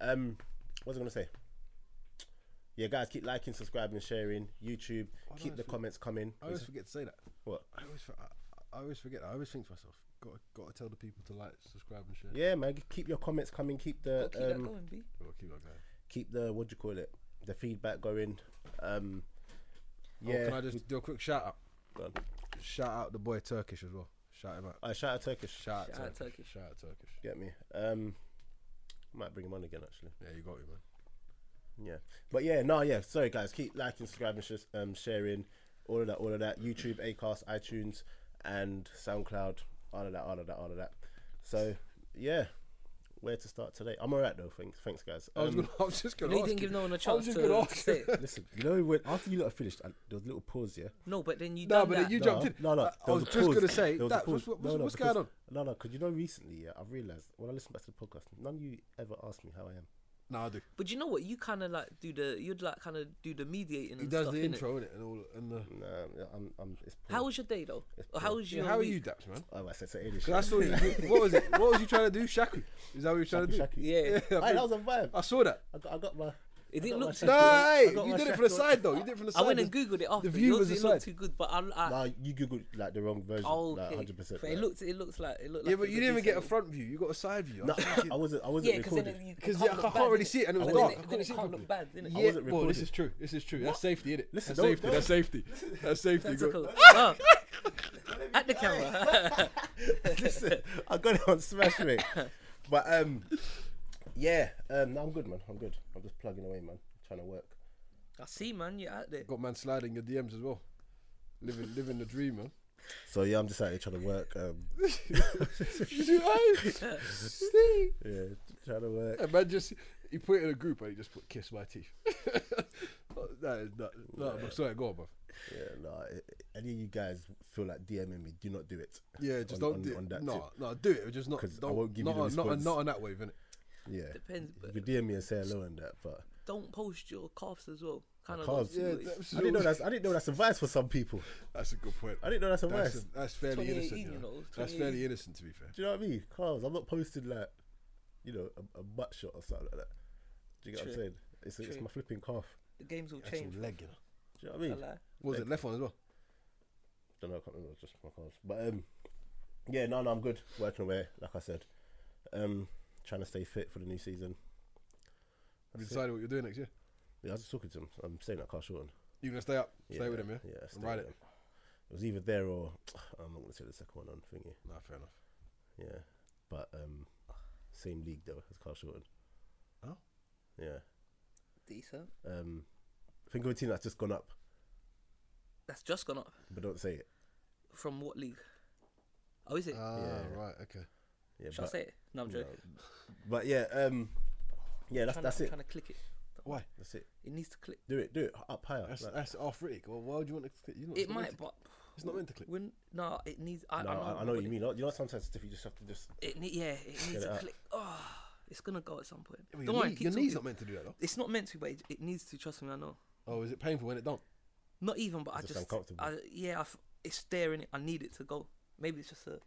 um, what was I gonna say? Yeah, guys, keep liking, subscribing, sharing. YouTube, do I Oh, keep the feel- comments coming. I always forget to say that. What? I always, for- I, I always forget. I always think to myself, got got to tell the people to like, subscribe, and share. Yeah, man, keep your comments coming. Keep the Gotta keep that um, going, B. Well, keep that going. Oh, keep the what do you call it? The feedback going. Um, Oh, yeah. can I just do a quick shout out? Go on. Shout out the boy Turkish as well. Shout him out. Uh, shout out Turkish. Shout, Shout out, out Turkish. Turkish. Shout out Turkish. Get me. Um, might bring him on again actually. Yeah, you got me, man. Yeah, but yeah, no, yeah. Sorry, guys, keep liking, subscribing, sh- um, sharing, all of that, all of that. YouTube, Acast, iTunes, and SoundCloud, all of that, all of that, all of that. So yeah, where to start today? I'm alright though. Thanks, thanks, guys. I was, Um, gonna, I was just You know, going to you ask. didn't give you. no one a I was chance to, just gonna to ask say it. Listen, you know when after you lot finished, I, there was a little pause, yeah. No, but then you No, done but that. you No, jumped in. No, no. I- there I was was a just pause. gonna say There was a that. pause. What's, what's, No, no, what's because- going on? No, no, because you know recently, yeah, I've realised when I listen back to the podcast, none of you ever asked me how I am. No, I do. But you know what? You kind of like do the you'd like kind of do the mediating. He and does stuff, the innit? intro, innit? And all. And the. Nah, I'm, I'm. It's poor. How was your day though? Or how was your? Yeah, how are week? you, Daps, man? Oh, I said so. English. Because I saw you. What was it? What was you trying to do, Shaku? Is that what you were trying to do? Yeah. Yeah, Hey, that was a vibe. I saw that. I got, I got my. It got didn't look my too shackle. good. I No, got you my did it from the shackle. side though. You did it from the side. I went and googled it after. The view Yours was the didn't look side. too good, but I. I Nah, you googled like the wrong version. oh, okay. Like, 100%. But it like- looks. It looks like. It looked Yeah, like but it you was didn't even get a decent. front view. You got a side view. No, I wasn't. I wasn't Yeah, because recording. then you 'Cause, can't yeah, I look can't bad, really innit? see it, and it was Then dark. I then couldn't it see it can't properly. look bad, innit? Yeah, wasn't well, this recording. is true. This is true. That's safety, innit? Listen, That's don't- safety. That's safety. That's safety. That's a go- cool- Oh. At the camera. Listen, I got it on Smash Mate. But um, yeah, um, no, I'm good, man. I'm good. I'm just plugging away, man. trying to work. I see, man. You're out there. Got man sliding your DMs as well. Living, living the dream, man. So yeah, I'm just out here trying to work. Um, See? yeah, trying to work. And man just he put it in a group and he just put kiss my teeth. that is not, no, I'm sorry, go on, bruv. Yeah, no. Any of you guys feel like DMing me? Do not do it. Yeah, just On- don't on- do it. on that no, tip. no, do it. Just not. 'Cause I Don't, won't give you not, the on- not, on- response. not on that wave, innit? Yeah, Depends, You but could DM me and say hello and that, but don't post your calves as well. Kind of. calves. Yeah, I didn't know that's. I didn't know that's advice for some people. That's a good point. I didn't know that's advice. That's, a, that's fairly 2018, innocent. You know. you know, that's 2018. fairly innocent, to be fair. Do you know what I mean? Cars. I'm not posting like, you know, a, a butt shot or something like that. Do you get what True. I'm saying? It's, it's True. my flipping calf. The games will That's change. a leg, you know. Do you know what I mean? I lie. What was it left one as well? Don't know. I can't remember. Just my calves. But um, yeah, no, no, I'm good. Working away, like I said. Um, trying to stay fit for the new season. Have you That's it. decided what you're doing next year? Yeah, I was just talking to him. I'm staying at Car Shorten. You gonna stay up? Yeah, stay with him, yeah. Yeah, And stay ride with it. him. It was either there or I'm not gonna say the second one on thingy. Nah, fair enough. Yeah, but um, same league though as Car Shorten. Oh. Yeah. Decent. Um, think of a team that's just gone up, That's just gone up but don't say it. from what league? Oh, is it? Ah, Yeah. right, okay. Yeah, Shall I Uh, but- say it? No, I'm joking. But yeah, um, yeah, that's Tryna- that's I'm it. Trying to click it. Why? That's it. It needs to click. Do it. Do it up higher. That's like- that's arthritic. Well, why would you want to click? You're not, It it's not meant might, to- but It's not meant to click. when no, it needs. I, no, I I, know, I know what you mean. You know, sometimes stuff you just have to just. It need, yeah, it needs it to out. click. Oh, it's gonna go at some point. Yeah, but Don't your worry, knee- keep your knee's talking. not meant to do that, though. It's not meant to, but it, it needs to. Trust me, I know. Oh, is it painful when it don't? Not even, but I It's just, just uncomfortable. I, yeah, I f it's staring. It. I need it to go. Maybe it's just a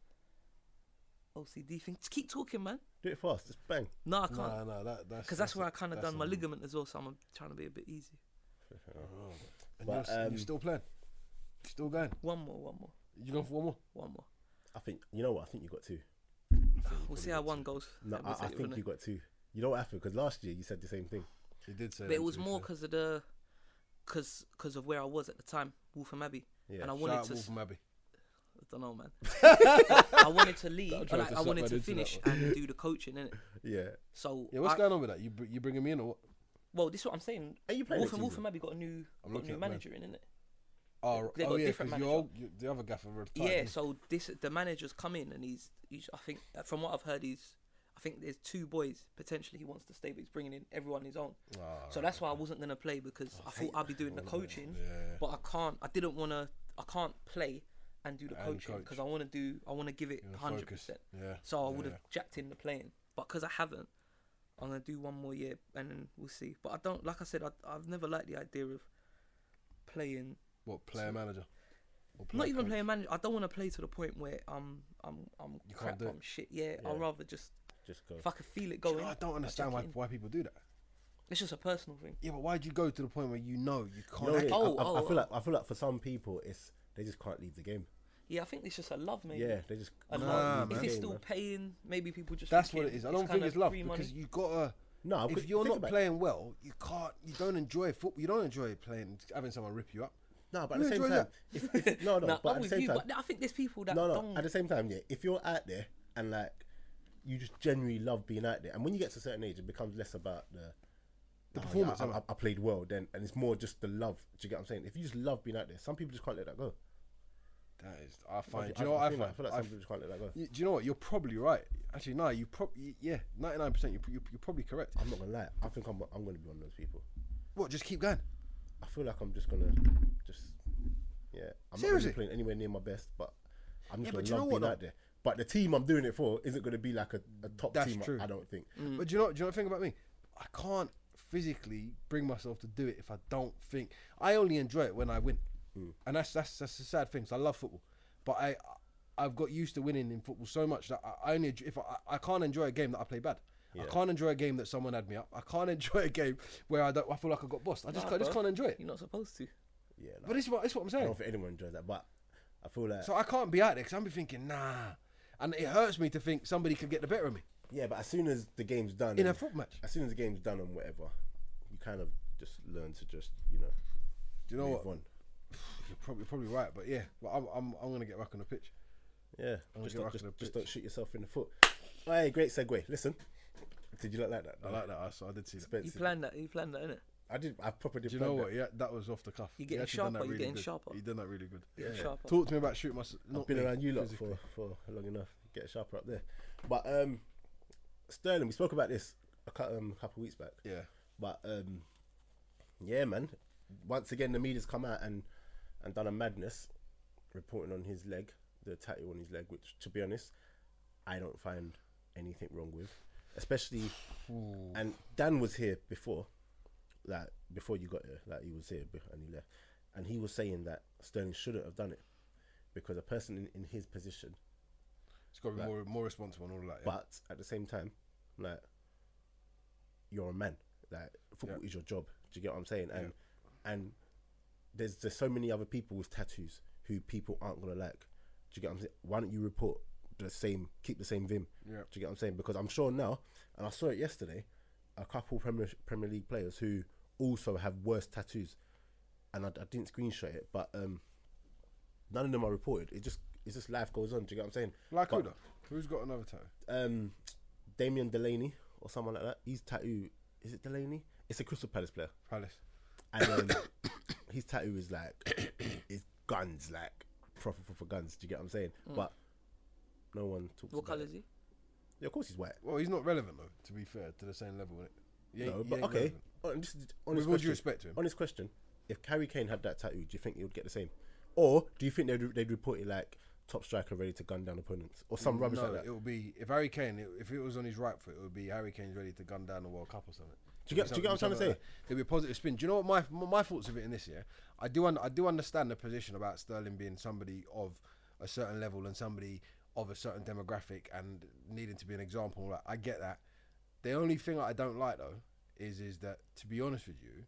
OCD thing. Just keep talking, man. Do it fast. Just bang. No, I can't. Nah, nah, that, that's Because that's, where I a- kind of that's done my a- ligament as well, so I'm trying to be a bit easy. Oh. And But, you're, s- um, you're still playing. You're still going. One more, one more, You going for one more? one more. I think you know what. I think you got two. We'll see how one goes. No, and I, we'll take I it from think there. you got two. You know what happened? Because last year you said the same thing. You did say. But it was more because of the, because because of where I was at the time, Wolfham Abbey, Yeah. and I Shout wanted out to. s- Wolverham Abbey. I don't know, man. I wanted to leave, That but drives like, us I up wanted right to into that finish and do the coaching in it. Yeah. So Yeah, what's I- going on with that? You br- you bringing me in or what? well, this is what I'm saying. Are you playing? Wolfham next Wolfham season? Abbey got a new, got I'm a looking new at mine. manager in it. Oh, They've oh got a yeah, different because your manager. old, you, the other gaffer retired. Yeah, didn't he? so this the manager's come in and he's, he's I think uh, from what I've heard he's I think there's two boys potentially he wants to stay, but he's bringing in everyone his own. Ah, So that's why I wasn't gonna play because I thought I'd be doing the coaching, Yeah. but I can't. I didn't wanna. I can't play and do the And coaching coach. because I wanna do. I wanna give it You wanna hundred focus. percent. Yeah. So I yeah, would have yeah. jacked in the playing, but because I haven't, I'm gonna do one more year and then we'll see. But I don't. Like I said, I, I've never liked the idea of playing. What player manager? Or not even coach? playing manager. I don't want to play to the point where I'm I'm I'm You can't crap. do it. I'm shit. Yeah, Yeah. I'd rather just Just go. If I could feel it Do you going, know, I don't I'll understand check why, it in. why people do that. It's just a personal thing. Yeah, but why'd you go to the point where you know you You can't? know what it is? I- Oh, I, I oh, feel oh. like I feel like for some people it's they just can't leave the game. Yeah, I think it's just a love, maybe. Yeah, they just A can't Nah, love. leave if the it's game, still man. paying, maybe people just. That's think what it is. I don't think kinda it's love free because money. you gotta. No, if but you're think not about it. playing well, you can't. You don't enjoy football. You don't enjoy playing having someone rip you up. No, but at You the same enjoy time, that. if, if, no, no, Nah, but at I'm the with same you, time, but I think there's people that no, no. don't. At the same time, yeah, if you're out there and like you just genuinely love being out there, and when you get to a certain age, it becomes less about the The "Oh, yeah, performance, I- innit? I, I played well then, and it's more just the love. Do you get what I'm saying? If you just love being out there, some people just can't let that go. That is, I I, find. feel- Do you know what I, I feel find? like, I feel like I some people just can't let that go. You, do you know what? You're probably right. Actually, no, you probably yeah, ninety nine percent. You're you're probably correct. I'm not gonna lie. I think I'm I'm gonna be one of those people. What? Just keep going. I feel like I'm just gonna just yeah. I'm not Seriously? really playing anywhere near my best, but I'm Yeah, just but you gonna know love what being out though? there. But the team I'm doing it for isn't gonna be like a, a top That's team. I- true. I don't think. But do you know? Do you know the thing about me? I can't physically bring myself to do it if I don't think. I only enjoy it when I win, Mm. and that's that's that's the sad thing. 'cause I love football, but I I've got used to winning in football so much that I, I only enjoy, if I, I can't enjoy a game that I play bad. I Yeah. can't enjoy a game that someone had me up. I can't enjoy a game where I don't. I feel like I got bossed. I just Nah, I just bro. can't enjoy it. You're not supposed to. Yeah, like, But this is what this is what I'm I saying. don't think anyone enjoys that. But I feel like So I can't be out there because I'm be thinking nah, and it hurts me to think somebody could get the better of me yeah. But as soon as the game's done, in a and- foot match. as soon as the game's done and whatever, you kind of just learn to just you know Do you know move what? on. You're probably probably right, but yeah, but I'm I'm, I'm gonna get back on the pitch. Yeah, I'm just don't, gonna get back just, on the just pitch. don't shoot yourself in the foot. Oh, hey, great segue. Listen, did you look like that? I like that. I, saw, I did see that. You Expensive. planned that. You planned that, innit? I did. I properly. Do you planned know that. what? Yeah, that was off the cuff. You're He getting actually done sharper, that you're getting good. sharper. You done that really good. Getting Yeah. sharper. Talk to me about shooting myself. I've been around you lot for, for long enough. Get sharper up there. But um, Sterling, we spoke about this a couple, um, a couple of weeks back. Yeah, But um, yeah, man. Once again, the media's come out and and done a madness, reporting on his leg, the tattoo on his leg, which, to be honest, I don't find anything wrong with. Especially, and Dan was here before, like before you got here, like he was here be- and he left, and he was saying that Sterling shouldn't have done it because a person in, in his position, it's got to be Like- more more responsible and all that. Yeah. but at the same time, like you're a man. Like football is your job. Do you get what I'm saying? And and there's there's so many other people with tattoos who people aren't gonna like. Do you get what I'm saying? Why don't you report the same? Keep the same vim. Yeah. Do you get what I'm saying? Because I'm sure now, and I saw it yesterday, a couple Premier Premier League players who also have worse tattoos, and I, I didn't screenshot it, but um, none of them are reported. It just it's just life goes on. Do you get what I'm saying? like who But- though? Who's got another tattoo? um, Damian Delaney or someone like that. He's tattoo. Is it Delaney? It's a Crystal Palace player, Palace. and um, his tattoo is like is guns, like proper proper guns. Do you get what I'm saying? But no one talks. Mm. What about colour it. is he? Yeah, of course he's white. Well, he's not relevant though. To be fair, to the same level, innit? He ain't- no, he but ain't okay. relevant. On, just, on With his all due question, respect to him, on his question, if Harry Kane had that tattoo, do you think he would get the same, or do you think they'd they'd report it like top striker ready to gun down opponents or some rubbish Mm, no, like that? it would be if Harry Kane, it- if it was on his right foot, it would be Harry Kane's ready to gun down the World Cup or something. Do you get- do you get what I'm trying to Something like that. There'd be a positive spin. Do you know what my my, my thoughts of it in this year? I do un, I do understand the position about Sterling being somebody of a certain level and somebody of a certain demographic and needing to be an example. Like, I get that. The only thing I don't like though is is that to be honest with you,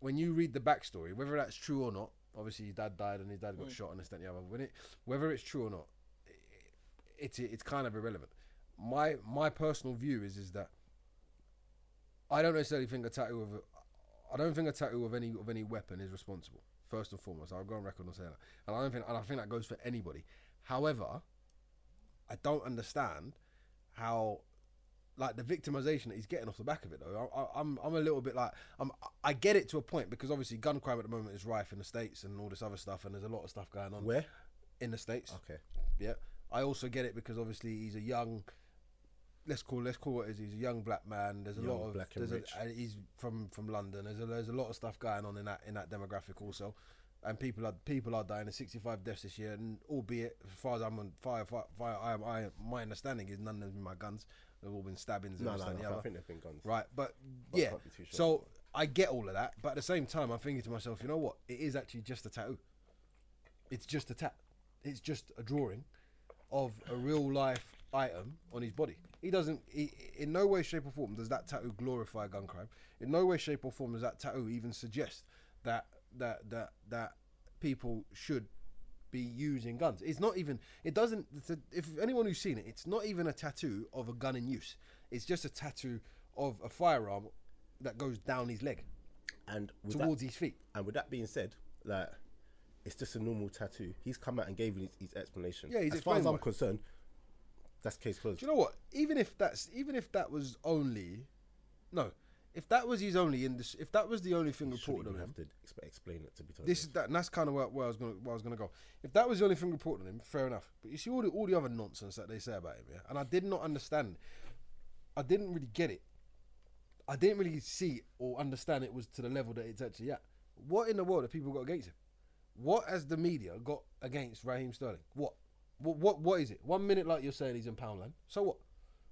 when you read the backstory, whether that's true or not, obviously his dad died and his dad Mm. got shot and this that, and the other. When it, whether it's true or not, i- it's it's kind of irrelevant. My my personal view is is that I don't necessarily think a tattoo of a, I don't think a tattoo of any of any weapon is responsible. First and foremost, I'll go on record on saying that, and I don't think and I think that goes for anybody. However, I don't understand how like the victimization that he's getting off the back of it though. I, I, I'm I'm a little bit like I'm I get it to a point because obviously gun crime at the moment is rife in the states and all this other stuff, and there's a lot of stuff going on Where? in the states. Okay. Yeah, I also get it because obviously he's a young. Let's call let's call what it is. He's a young black man. There's a Young, lot of black and there's a, rich. and he's from from London. There's a there's a lot of stuff going on in that in that demographic also, and people are people are dying. There's 65 deaths this year, and albeit as far as I'm on fire fire, fire I, I my understanding is none of them been my guns. They've all been stabbings. and No, this, no, that, and the no. I other. think they've been guns. Right, but, But I yeah. can't be too sure. So I get all of that, but at the same time, I'm thinking to myself, you know what? It is actually just a tattoo. It's just a tat. It's just a drawing of a real life item on his body. He doesn't. He, in no way, shape, or form does that tattoo glorify gun crime. In no way, shape, or form does that tattoo even suggest that that that that people should be using guns. It's not even. It doesn't. it's a- If anyone who's seen it, it's not even a tattoo of a gun in use. It's just a tattoo of a firearm that goes down his leg And with that, towards his feet. and with that being said, like it's just a normal tattoo. He's come out and gave his, his explanation. Yeah, he's as far as explained I'm why. concerned, that's case closed. Do you know what? Even if that's even if that was only, no, if that was his only in this, if that was the only thing Shouldn't reported on even him, have to exp- explain it to be told. this is that. And that's kind of where, where I was gonna where I was gonna go. If that was the only thing reported on him, fair enough. But you see all the all the other nonsense that they say about him, yeah. And I did not understand. I didn't really get it. I didn't really see or understand it was to the level that it's actually at. What in the world have people got against him? What has the media got against Raheem Sterling? What? What? What? What is it? One minute, like you're saying, he's in Poundland. So what?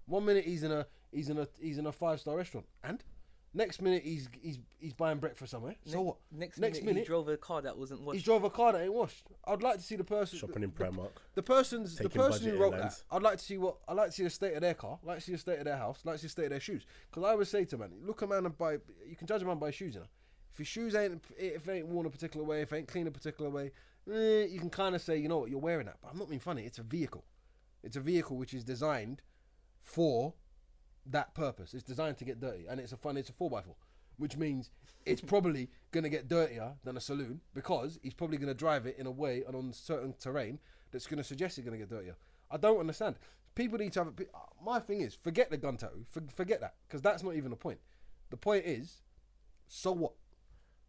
One minute he's in a he's in a he's in a five star restaurant, and next minute he's he's he's buying breakfast somewhere. So what? Next, minute, he drove a car that wasn't He's washed. drove a car that ain't washed. I'd like to see the person Shopping in Primark. The person's the Taking person who budget wrote airlines. that. I'd like to see what I'd like to see the state of their car. I'd like to see the state of their house. I'd like to see the state of their shoes. Because I always say to man, look a man and by you can judge a man by his shoes. You know, if his shoes ain't if they ain't worn a particular way, if they ain't clean a particular way, eh, you can kind of say you know what you're wearing that. But I'm not being funny. It's a vehicle. It's a vehicle which is designed for that purpose. It's designed to get dirty, and it's a fun. It's a four by four, which means it's probably gonna get dirtier than a saloon because he's probably gonna drive it in a way and on certain terrain that's gonna suggest it's gonna get dirtier. I don't understand. People need to have. A, pe- my thing is, forget the gun tattoo. For, forget that because that's not even the point. The point is, so what?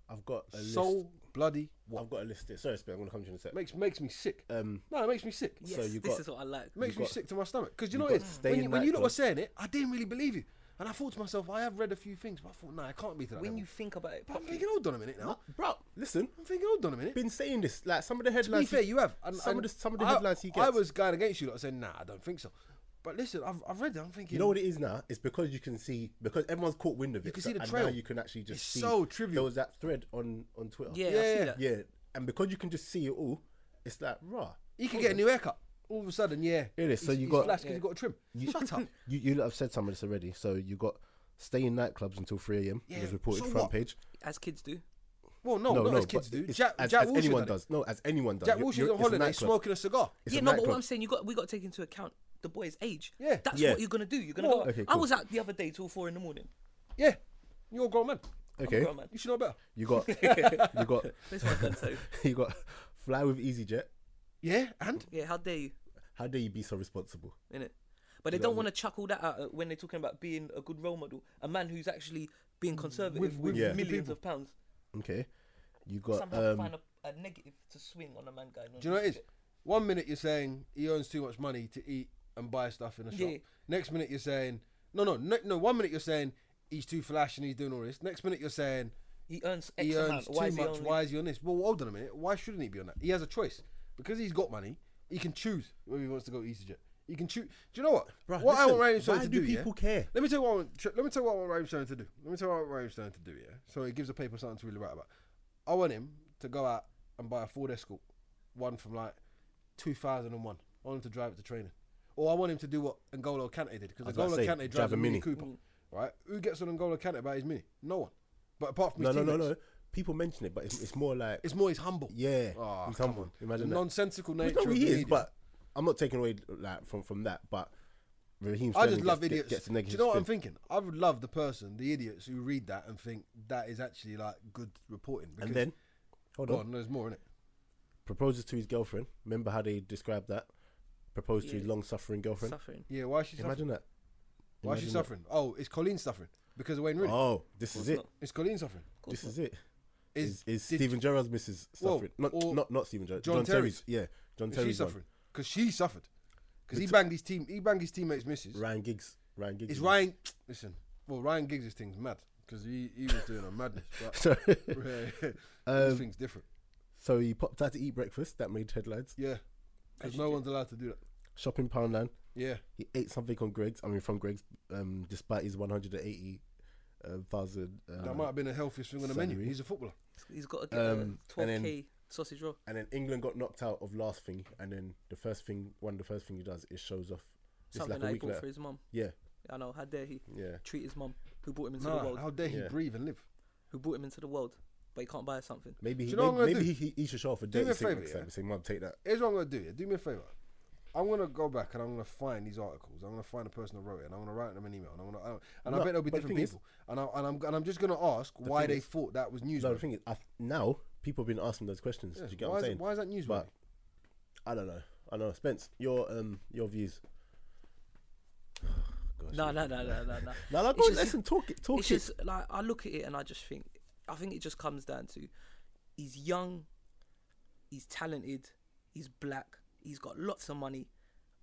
I've got a list. So bloody what? I've got a list. Here. Sorry, Spit. I'm gonna come to you in a sec. Makes makes me sick. Um, no, it makes me sick. Yes, So you this got- is what I like. It makes You've me got- sick to my stomach because you know got what to it is stay when in you, when you lot were nightclubs. saying it, I didn't really believe you, and I thought to myself, I have read a few things, but I thought, nah, it can't be to that. When level. you think about it but I'm properly, thinking, hold on a minute now. bro, listen. I'm thinking, hold on a minute. Been saying this. Like some of the To be headlines. fair, you have. And, some and of the some of the I- headlines he gets. I was going against you, lot saying, nah, I don't think so. But listen, I've, I've read it. I'm thinking, You know what it is now? It's because you can see because everyone's caught wind of it. can see the and trail. now you can actually just It's see. so There trivial. was that thread on on Twitter. yeah, I Yeah. see that. yeah. And because you can just see it all, it's like raw. he can get a new haircut all of a sudden. Yeah, It is, so He's- you he's got- flash because he got a trim. Shut up. You you lot have said some of this already. So you got stay in nightclubs until three a.m. Yeah, was reported so front what? page. As kids do. Well, no, No, not no, as kids but do. it's- Jack, as, Jack as Wilshere anyone done it. does. No, as anyone does. Jack You- Wilshere's you- on it's a holiday nightclub. smoking a cigar. It's yeah, a no, but what nightclub. I'm saying, you got we got to take into account the boy's age. Yeah. that's Yeah. what you're gonna do. You're gonna Well- go. Okay, I cool. was out the other day till four in the morning. Yeah, you're a grown man. I'm a Okay, grown man. You should know better. you got you got That's my gun tattoo. you got fly with EasyJet. Yeah, and Yeah, how dare you, How dare you be so responsible? innit? But they don't want to chuck all that out uh, when they're talking about being a good role model, a man who's actually being conservative with, With- with Yeah. millions people. of pounds. Okay, you got Somehow um, find a, a negative to swing on a man guy. Do you know what it is? One minute you're saying he earns too much money to eat and buy stuff in a shop. Yeah. Next minute you're saying no, no, no, no. One minute you're saying he's too flash and he's doing all this. Next minute you're saying He earns X he earns amount. Why is too he much. only? Why is he on this? Well, hold on a minute. Why shouldn't he be on that? He has a choice because he's got money. He can choose whether he wants to go to EasyJet. He can choose. Do you know what? Bruh, what I listen, want Raheem Sterling why to do do. yeah? people care? Let me tell you what. I want, tr- let me tell you what I want Raheem Sterling to do. Let me tell you what I want Raheem Sterling to do. Yeah. So it gives the paper something to really write about. I want him to go out and buy a Ford Escort, one from like 2001. I want him to drive it to training, or I want him to do what N'Golo Kante did because was about to N'Golo say, Mm. Kante drives drive a a Mini Mini. Cooper. Right? Who gets on N'Golo Kante about his Mini? No one. But apart from no, his no, no, teammates. no. People mention it, but it's, it's more like It's more he's humble. yeah, Oh, he's come humble. on. Imagine the that. nonsensical Which nature. no, of he the is, media. but I'm not taking away like from from that. But Raheem I Sterling just love gets, idiots. Gets a Do negative you know what I'm spin. thinking? I would love the person, the idiots who read that and think that is actually like good reporting. Because, And then, hold go on. on, there's more in it. proposes to his girlfriend. Remember how they described that? Proposed to his Yeah. long-suffering girlfriend. Suffering. Yeah, why is she suffering? Imagine that. why is she Imagine that. suffering? Oh, is Colleen suffering because of Wayne Rooney? Oh, this is It's it. not- Is Colleen suffering? of course This not. is it. Is Is, is did- Stephen Gerrard's missus Well, suffering? Not or not not Stephen Gerrard. John John, Terry's. Terry's. Yeah, John is she Terry's one. suffering? Because she suffered. Because he It's- banged his team. He banged his teammates' misses. Ryan Giggs. Ryan Giggs. Is is- Ryan? Listen, well, Ryan Giggs' thing's mad because he, he was doing a madness. But Sorry. Um, this thing's different. So he popped out to eat breakfast. That made headlines. Yeah, because no one's allowed to do that. Shopping Poundland. Yeah. He ate something on Greg's. I mean, from Greg's, um, despite his one hundred and eighty uh, thousand. That might have been the healthiest thing on the menu. salary. He's a footballer. He's got to get Um, a and then- 12k sausage roll. And then England got knocked out of last thing, and then the first thing, one of the first thing he does is shows off This is something like a that he week bought for later. his mum. Yeah, I know. How dare he yeah. treat his mum, who brought him into the Nah, world, how dare he Yeah. breathe and live? who brought him into the world, but he can't buy her something. Maybe Do he, you know what maybe, I'm gonna maybe he, he should show off a Do me dirty a thing favour, next yeah? time. and Say, "Mum, take that." Here's what I'm gonna do. Yeah? Do me a favor. I'm gonna go back and I'm gonna find these articles. I'm gonna find the person who wrote it and I'm gonna write them an email. And I'm gonna, I- and I No, bet there'll be but the different thing is- people. and, I, and I'm and I'm just gonna ask why thing they is- thought that was news. No, the thing is, I, now people have been asking those questions. Do you get why, what I'm is, saying? it- why is that news? But I don't know. I don't know. Spence, your um, your views. Gosh, No, yeah. no, no, no, no, no. No, no, It's go on, just- listen, talk it, talk it's it. just like I look at it and I just think I think it just comes down to he's young, he's talented, he's black, he's got lots of money.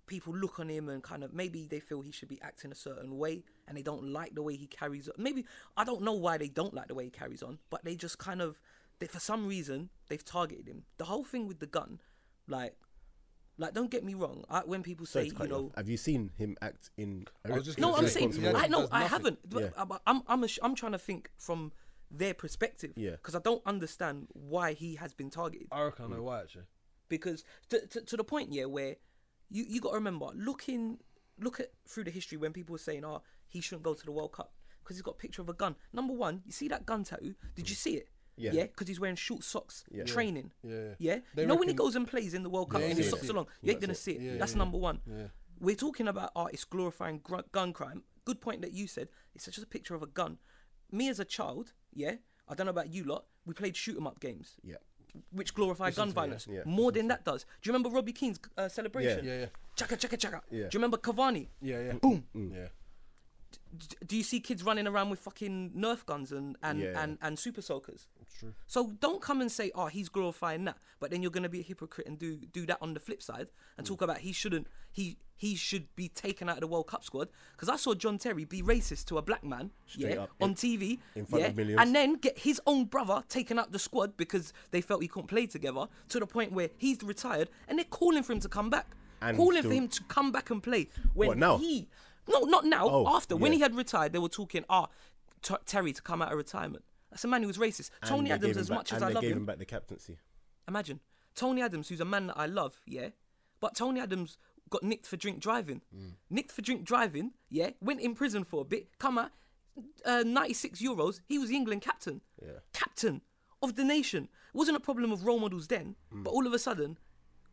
People look on him and kind of maybe they feel he should be acting a certain way and they don't like the way he carries on. Maybe I don't know why they don't like the way he carries on, but they just kind of they for some reason they've targeted him. The whole thing with the gun, like like don't get me wrong, I, when people Sorry say, to you cut you know, off. have you seen him act in? a was just re- gonna no, I'm say, saying he responsible hasn't I way? no, does I nothing. haven't. But Yeah. but I'm I'm ash- I'm trying to think from their perspective. Yeah. Because I don't understand why he has been targeted. I reckon I know why actually. Because to to, to the point, yeah, where you you got to remember looking look at through the history when people were saying, oh, he shouldn't go to the World Cup because he's got a picture of a gun. Number one, you see that gun tattoo? Did you see it? Yeah. because he's wearing short socks, Yeah. training. Yeah. yeah. They you know when he reckon- goes and plays in the World Cup Yeah, with you his see socks it. along, you ain't gonna see it. Yeah, That's yeah. number one. Yeah. We're talking about artists glorifying gr- gun crime. Good point that you said. It's just a picture of a gun. Me as a child, yeah, I don't know about you lot. We played shoot 'em up games, Yeah. which glorify gun to me, yeah. violence Yeah. more than that does. Do you remember Robbie Keane's uh, celebration? Yeah, yeah. Chaka chaka chaka. Yeah. Do you remember Cavani? Yeah, yeah. Boom. Yeah. D- do you see kids running around with fucking Nerf guns and and Yeah. and, and super soakers? It's true. So don't come and say, "Oh, he's glorifying that," but then you're going to be a hypocrite and do do that on the flip side and Mm. talk about he shouldn't he he should be taken out of the World Cup squad because I saw John Terry be racist to a black man Straight yeah, up, on in- TV in front yeah, of millions. and then get his own brother taken out the squad because they felt he couldn't play together to the point where he's retired and they're calling for him to come back, And calling still- for him to come back and play when What, now? he no not now Oh, after when yeah. he had retired they were talking ah T- Terry to come out of retirement. That's a man who was racist. And Tony they Adams, gave as him much back, as and I they love gave him, him back the captaincy. imagine Tony Adams, who's a man that I love, yeah, but Tony Adams got nicked for drink driving. Mm. Nicked for drink driving, yeah, went in prison for a bit, come out, uh, 96 euros. He was the England captain. Yeah. Captain of the nation. It wasn't a problem of role models then, Mm. but all of a sudden,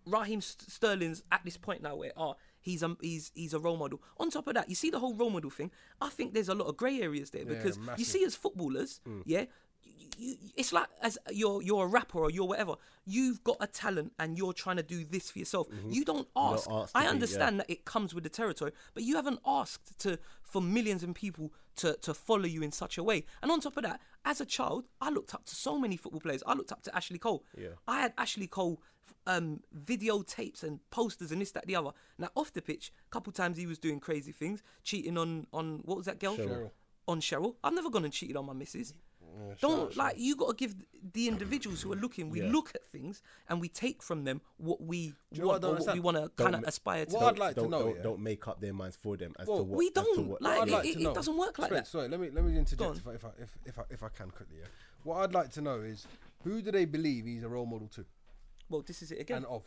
Raheem St- Sterling's at this point now where, oh, he's a, he's, he's a role model. On top of that, you see the whole role model thing. I think there's a lot of grey areas there because you massive. see as footballers, Hmm. yeah, you, you, it's like as you're you're a rapper or you're whatever. You've got a talent and you're trying to do this for yourself. You don't ask. Mm-hmm. asked to I be, yeah. understand that it comes with the territory, but you haven't asked to for millions and people to to follow you in such a way. And on top of that, as a child, I looked up to so many football players. I looked up to Ashley Cole. Yeah. I had Ashley Cole um, videotapes and posters and this, that, the other. Now off the pitch, a couple times he was doing crazy things, cheating on on what was that girl? Cheryl. On Cheryl. I've never gone and cheated on my missus. Don't like you got to give the individuals who are looking. We Yeah. look at things and we take from them what we you know what I want don't or what we understand? want to kind of ma- aspire to. What I'd like to don't, know, don't, yeah. don't make up their minds for them as to Well, what we as to don't, what- like, What I'd it- like it- to it know- doesn't work like sorry, that. Sorry, let me let me interject on. if I, if, I, if, if I if I can quickly. Yeah. What I'd like to know is who do they believe he's a role model to well, this is it again. and of?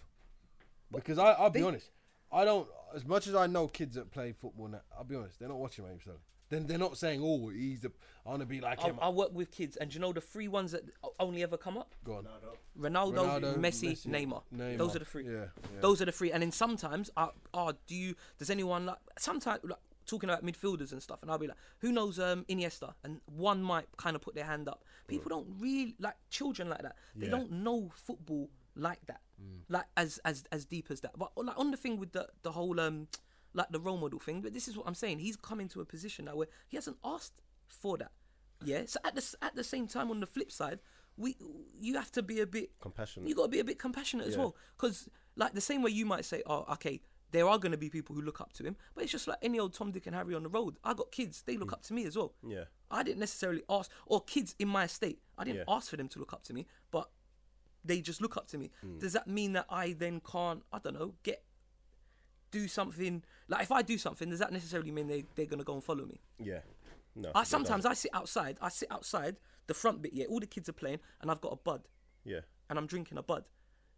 Because I I'll be honest, I don't. As much as I know kids that play football, now, I'll be honest, they're not watching Raheem Sterling. Then they're not saying, "Oh, he's the I want to be like I, him." I work with kids, and you know the three ones that o- only ever come up: Go on. Ronaldo, Ronaldo, Messi, Messi, Neymar. Neymar. Those are the three. Yeah, yeah. Those are the three. And then sometimes, I, oh, do you? Does anyone like? Sometimes like, talking about midfielders and stuff, and I'll be like, who knows um, Iniesta? And one might kind of put their hand up. People don't really like children like that. They Yeah. don't know football like that, Mm. like as as as deep as that. But like on the thing with the the whole um like the role model thing. But this is what I'm saying. He's come into a position now where he hasn't asked for that. Yeah. So at the s- at the same time, on the flip side, we you have to be a bit Compassionate. You got to be a bit compassionate as Yeah. well, because like the same way you might say, oh, okay. There are going to be people who look up to him, but it's just like any old Tom, Dick, and Harry on the road. I got kids; they look up to me as well. Mm. Yeah. I didn't necessarily ask, or kids in my estate. I didn't Yeah. ask for them to look up to me, but they just look up to me. Hmm. Does that mean that I then can't? I don't know. Get do something like if I do something, does that necessarily mean they they're gonna go and follow me? Yeah. No. I it sometimes I sit outside. I sit outside the front bit. Yeah, all the kids are playing, and I've got a bud, doesn't. Yeah. and I'm drinking a bud.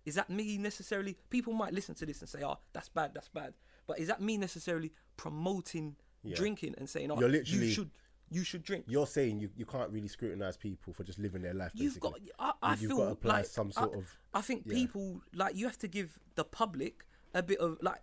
Is that me necessarily? People might listen to this and say, "Oh, "Ah, that's bad. That's bad." But is that me necessarily promoting Yeah. drinking and saying, "Oh, You're you literally- should, you should drink"? You're saying you, you can't really scrutinize people for just living their life. You've got. basically. I, I You've feel got to apply like some I- sort of I think yeah. people like you have to give the public a bit of like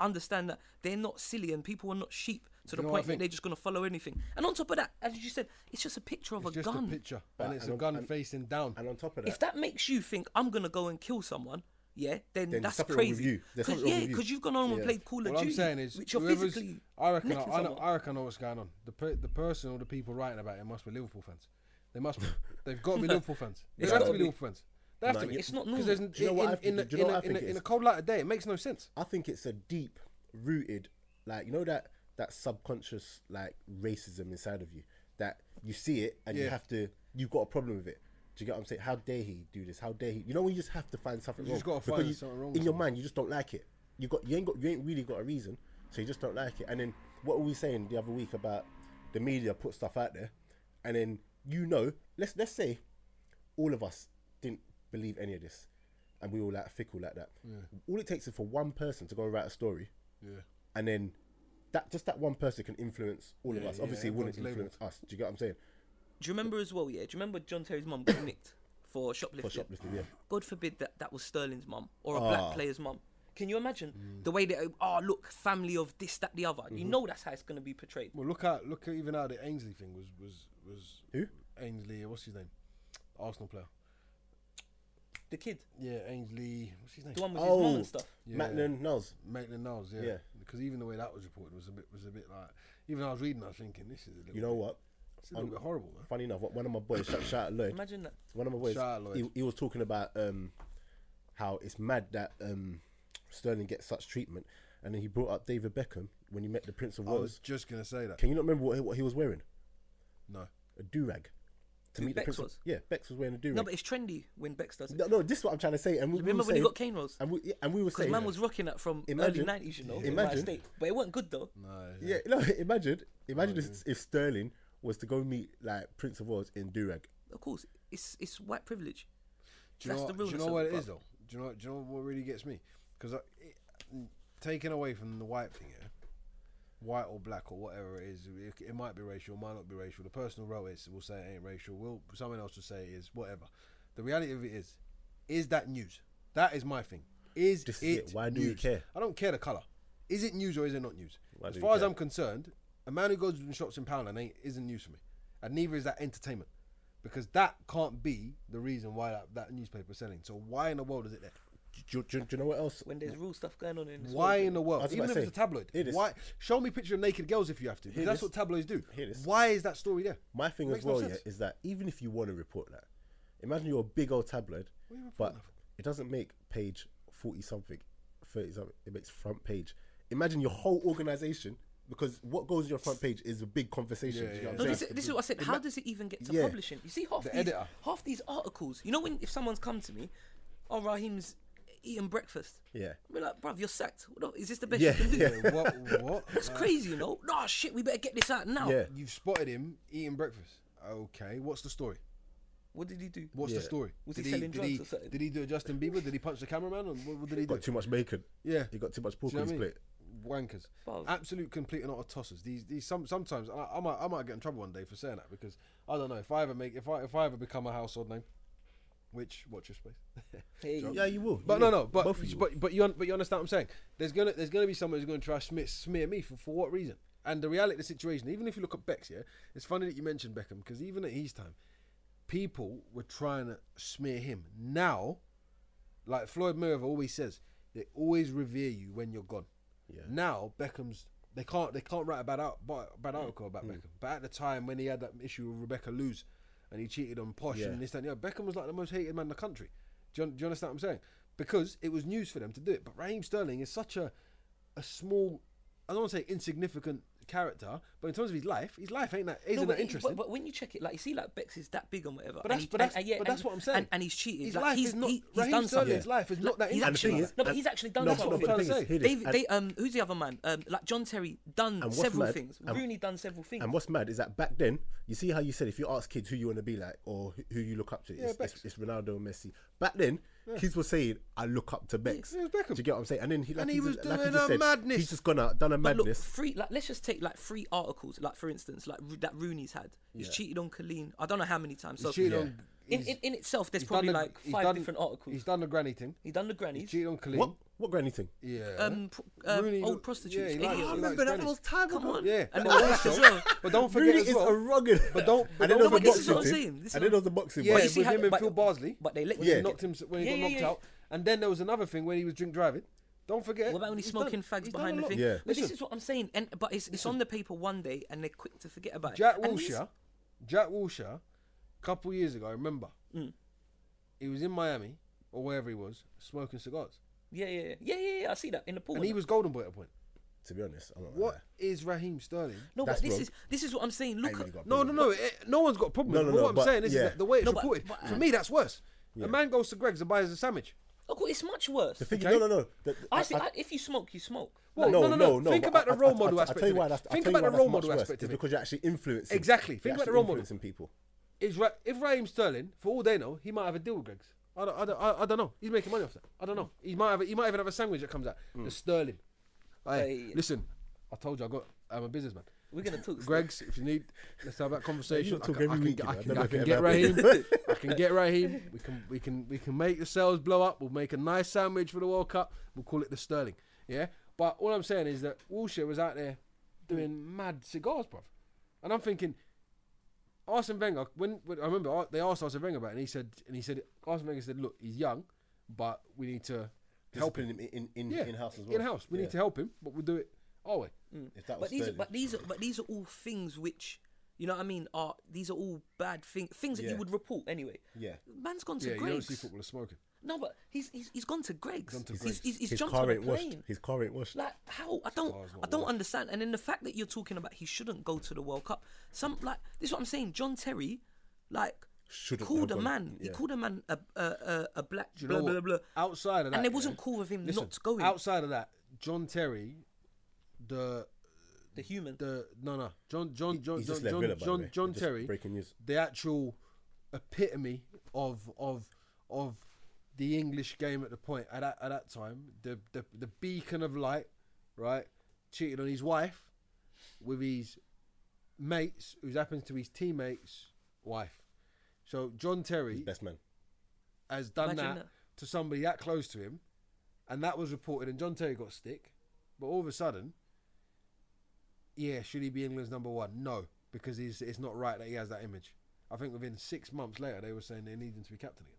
understand that they're not silly and people are not sheep to the know what I point that think? they're just going to follow anything. And on top of that, as you said, it's just a picture of It's a just gun. a picture, But- and it's and a on- gun and- facing down. and on top of If that, that makes you think I'm going to go and kill someone, yeah, then, Then that's something wrong with crazy. you. There's 'Cause- something wrong yeah, with you. because you've gone on and Yeah. played Call of What Duty, I'm saying is, which you're whoever's- physically. I reckon, I, necking I, know, someone. I reckon I know what's going on. The per, the person or the people writing about it must be Liverpool fans. They must be. They've got to be Liverpool fans. They It's have to gotta be be. Liverpool fans. They have No, to be. it's not 'Cause normal. there's- Do you know what I in- think- in- do you know in- what I in- think it In a is? cold light of day, it makes no sense. I think it's a deep rooted, like you know that that subconscious like racism inside of you that you see it and you Yeah. have to you've got a problem with it. Do you get what I'm saying? How dare he do this? How dare he? You know when you just have to find something You wrong. just gotta because find you- something wrong in with your something. mind. You just don't like it. You got you ain't got you ain't really got a reason, so you just don't like it. And then what were we saying the other week about the media put stuff out there, and then you know let's let's say all of us didn't believe any of this, and we were like fickle like that. All it takes is for one person to go and write a story, Yeah. and then that just that one person can influence all of Yeah, us. yeah, Obviously, it wouldn't everyone's influence us. Do you get what I'm saying? Do you remember as well? Yeah. Do you remember John Terry's mum got nicked for For shoplifting? shoplifting, yeah. God forbid that that was Sterling's mum or a Ah. black player's mum. Can you imagine Mm. the way that oh look, family of this, that, the other? You Mm-hmm. know that's how it's going to be portrayed. Well, look at look at even how the Ainsley thing was was was Who? Ainsley. What's his name? Arsenal player. The kid, Yeah, Ainsley. What's his name? the one with his mum Oh, and stuff. Yeah. Maitland Niles. Maitland Niles. Yeah. Yeah. Because even the way that was reported was a bit was a bit like. Even I was reading, I was thinking this is a little. You know what? it's a little bit horrible. Man. Funny enough, one of my boys, shout, shout out Lloyd. Imagine that. One of my boys, Shout out Lloyd. he, he was talking about um, how it's mad that um, Sterling gets such treatment, and then he brought up David Beckham when he met the Prince Oh, of I was Wales. just gonna say that. Can you not remember what he, what he was wearing? No. A do rag. To Who meet the Bex Prince. of- was? yeah, Bex was wearing a do No, rag. but it's trendy when Bex does it. No, no, this is what I'm trying to say. And we, we Remember were when he saying- got cane rolls? And we, yeah, and we were Because saying, man was rocking that from Imagine- early 90s, you know. in my imagine. estate. But it weren't good though. No. Yeah. yeah, no, imagine, Oh, imagine if, if Sterling was to go meet like Prince of Wales in Durag. Of course, it's it's white privilege. Do you That's know, the do you realness know of what it, it is bruv. though? Do you know? Do you know what really gets me? Because taken away from the white thing, yeah, white or black or whatever it is, it, it might be racial, it might not be racial. The person who wrote it will say it ain't racial. Will someone else will say it is whatever. The reality of it is, is that news? That is my thing. Is This it? is it. Why do we news? care? I don't care the color. Is it news or is it not news? Why as do we far as care? I'm concerned, a man who goes and shops in Poundland ain't isn't news for me, and neither is that entertainment, because that can't be the reason why that, that newspaper's selling. So why in the world is it there? Do, you- do, you- do you know what else? When there's real stuff going on in this Why world. in the I world? was Even about if to it's a say, tabloid. it is. Why? Show me a picture of naked girls if you have to. Because that's this. what tabloids do. Hear this. Why is that story there? My thing Makes as no well, yeah, sense. is that even if you want to report that, imagine you're a big old tabloid, but it doesn't make page forty something, thirty something. It makes front page. Imagine your whole organization because what goes on your front page is a big conversation. do you know yeah, what No, I'm this, saying? is- this is what I said. How does it even get to Yeah. publishing? You see half The these editor. half these articles. You know when if someone's come to me, oh Raheem's eating breakfast. Yeah. I'll be like, bruv, you're sacked. What the- Is this the best Yeah. you can do? Yeah, what? What? That's crazy, you know. Nah, shit, we better get this out now. Yeah. You've spotted him eating breakfast. Okay, what's the story? What did he do? What's the Yeah. story? Was he selling did drugs he, or something? Did he do a Justin Bieber? Did he punch the cameraman? Or what, what did he do? got too much bacon. Yeah. you got too much pork Do you on know his what I mean? plate. Wankers, Bars. absolute complete and utter tossers. These, these some sometimes and I, I might, I might get in trouble one day for saying that because I don't know if I ever make, if I, if I ever become a household name, which watch your space. Hey, Yeah, you will. But you no, will. no, but Both of you will. but but you un- but you understand what I'm saying? There's gonna there's gonna be someone who's gonna try to smear, smear me for, for what reason? And the reality of the situation, even if you look at Beck's, yeah, it's funny that you mentioned Beckham because even at his time, people were trying to smear him. Now, like Floyd Mayweather always says, they always revere you when you're gone. Yeah. Now Beckham's they can't they can't write a bad out but- Mm. bad article about Beckham. But at the time when he had that issue with Rebecca Luz, and he cheated on Posh Yeah. and this that, and the other, Beckham was like the most hated man in the country. Do you, do you understand what I'm saying? Because it was news for them to do it. But Raheem Sterling is such a a small, I don't want to say insignificant character, but in terms of his life, his life ain't that isn't but, that it- interesting. But, but when you check it, like you see, like Bex is that big and whatever. But that's- and but and- that's- and yeah, but and- that's what I'm saying. And, and he's cheated. His like, life he's, is not- he, he's Raheem done Sterling's something. life is not that he's interesting. And the thing actually, is- no, but and- he's actually done no, but something. the thing is, hear this, David, and- they, um, who's the other man? Um, like John Terry done what's several mad- things. and- Rooney done several things. And what's mad is that back then, you see how you said if you ask kids who you want to be like or who- who you look up to, it's, Bex. it's, it's Ronaldo and Messi. Back then, Kids were saying, "I look up to Bex." Yeah, it was Do Beckham. you get what I'm saying? And then he, like And he, he was just, like he doing just a said, madness. He's just gone out, done a But look, madness. three. Like, let's just take like three articles. Like for instance, like Ru- that Rooney's had. He's cheated on Colleen. I don't know how many times. So cheated Yeah. on. in, he's- in, in itself, there's he's probably done the- like he's five done- different articles. He's He's, done the granny thing. done the He grannies. cheated on Colleen. what? What granny thing? Yeah. Um, pr- um, Rooney old look- prostitutes. yeah, he idiot. likes- he I likes remember that grannies. was time Come on. yeah. And but, that was as well. also, but don't forget Rooney as is well. a rugged. But don't- And but then there don't- was No, a but this is boxing what I'm thing. saying. This And is what then I'm- there was a boxing. Yeah, one. you see with how- him and but- Phil Barsley. but they let- when Yeah. he knocked him when he Yeah, got yeah, knocked yeah. out. And then there was another thing when he was drink driving. Don't forget. What about when he's, he's done- smoking fags he's done behind a the lot. thing? Yeah. But this Listen. is what I'm saying, and but it's it's on the paper one day, and they're quick to forget about it. Jack And this- Wilshere, Jack Wilshere, a couple years ago, I remember, Mm. he was in Miami or wherever he was, smoking cigars, Yeah, yeah, yeah, yeah, yeah, yeah. I see that in the pool. and he was golden boy at a point. To be honest, I'm not What is Raheem Sterling? no, that's but this wrong. is this is what I'm saying. Look, at, No, no, no. eh, no one's got a problem. No, with it. no, But no, what but- I'm saying is, is yeah. that the way it's No, but- reported. but- uh, For me, that's worse. A man goes to Greg's and buys a sandwich. look, it's much worse. The thing, Okay. no, no, no. The- I, see, I, if you smoke, you smoke. Well, no, no, no, no. no, Think but about I- the role I- I- model I- aspect I tell you of why it. that's- I Think tell you about why the that's role much model worse, aspect is of it. Because you're actually influencing. Exactly. You're Think about the actually role model. Influencing people. Is Ra- if Raheem Sterling, for all they know, he might have a deal with Greg's. I don't, I don't, I, I don't know. He's making money off that. I don't know. He might have. A, he might even have a sandwich that comes out. The Sterling. Hey, Hey. listen. I told you I got. I'm a businessman. We're gonna talk. Greg's, if you need, let's have that conversation. not I talk can, I every can week, get- you I know. can, I I don't can know get if it Raheem. I can get Raheem. We can, we can, we can make the sales blow up. We'll make a nice sandwich for the World Cup. We'll call it the Sterling. Yeah. But all I'm saying is that Wilshere was out there doing mad cigars, bruv. And I'm thinking, Arsene Wenger. When, when I remember, Ar- they asked Arsene Wenger about, it and he said, and he said, Arsene Wenger said, look, he's young, but we need to help Helping him. him in, in, in Yeah, in-house as well. In-house. We Yeah. need to help him, but we'll do it our way. If that was But these, are, Sterling. but these, are, but these are all things which, you know what I mean? Are these are all bad things? Things that Yeah. you would report anyway. Yeah. Man's gone to Yeah, you don't see Greg's. footballers smoking. No, but he's he's, he's gone to Greg's. he's, His- he's, he's his jumped car on a ain't washed. plane. His car ain't washed. Like how I don't car's not I don't washed. understand. And then the fact that you're talking about he shouldn't go to the World Cup. Some like this is what I'm saying. John Terry, like Shouldn't have called a gone. man. He Yeah. called a man a a a, a black Do you blah know blah what? blah. Outside of that, and it yeah, wasn't cool with him listen, not going. Outside of that, John Terry, the the human. the no no John John John he's John just left John, Villa, by the John, way. John Just Terry. breaking news. The actual epitome of of of the English game at the point at that, at that time. The, the the beacon of light, right? Cheated on his wife with his mates, who happens to be his teammates' wife. So John Terry, Best man. has done Imagine that, that. to somebody that close to him, and that was reported, and John Terry got stick. But all of a sudden, yeah, should he be England's number one? No, because he's, it's not right that he has that image. I think within six months later, they were saying they need him to be captain again.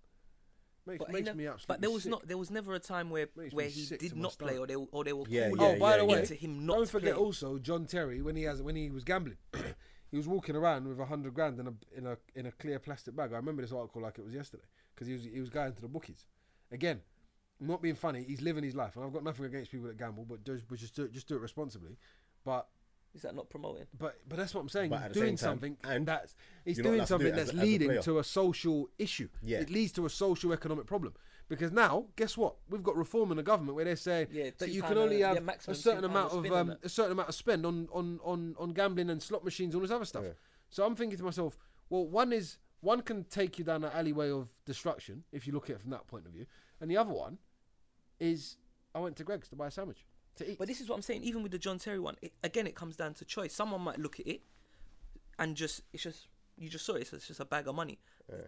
Makes, he makes nev- me absolutely. but there was sick. not there was never a time where Makes where me he sick did to my not play stomach. or they or they were Yeah, calling yeah, oh, by the yeah. way, into him not don't to forget play. also John Terry when he has when he was gambling, he was walking around with a hundred grand in a in a in a clear plastic bag. I remember this article like it was yesterday because he was he was going to the bookies. Again, not being funny, he's living his life, and I've got nothing against people that gamble, but just but just do it, just do it responsibly. But Is that not promoting? but but that's what I'm saying. But at he's the same doing time, something, and that's he's you're not doing allowed to do something it as a- that's as a leading player. to a social issue. Yeah. It leads to a social economic problem because now, guess what? We've got reform in the government where they're saying Yeah, that two you can pound a- only yeah, have a maximum two certain pound amount a of spin on um, it. a certain amount of spend on on on on gambling and slot machines, all this other stuff. So I'm thinking to myself, well, one is one can take you down an alleyway of destruction if you look at it from that point of view, and the other one is I went to Greg's to buy a sandwich to eat. But this is what I'm saying. Even with the John Terry one, it, again, it comes down to choice. Someone might look at it and just it's just you just saw it. So it's just a bag of money.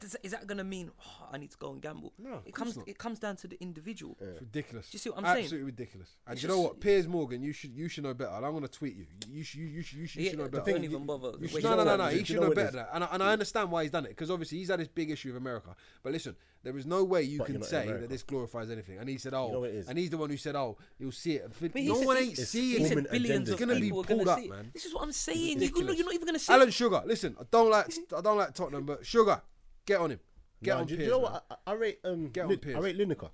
Does, is that gonna mean "Oh, I need to go and gamble? No, of It course comes not. it comes down to the individual. It's ridiculous. Do you see what I'm saying? Absolutely ridiculous. And It's you know just- what, Piers Morgan, you should you should know better. And I'm gonna tweet you. You should you, you should you should, you Yeah, should know the better. thing- Don't even bother. You Wait, you should, no, know no, no, what no. it is? He You should know know what it better. is? Than that. And I, and I understand why he's done it because obviously he's had this big issue with America. But listen, there is no way you But you're can not in say America. that this glorifies anything. And he said, oh, know what it is? and he's the one who said, oh, you'll see it. But he no said one this- ain't It's seeing He woman it. said Woman billions agenda. of It's gonna be people are gonna pulled up, see it. man. This is what I'm saying. You're, gonna, Ridiculous. you're not even gonna see. Alan it. Sugar, listen, I don't like I don't like Tottenham, but Sugar, get on him. Get No, on do Piers. you know man. what? I, I I rate um. Get on Lin- I Piers. rate Lineker.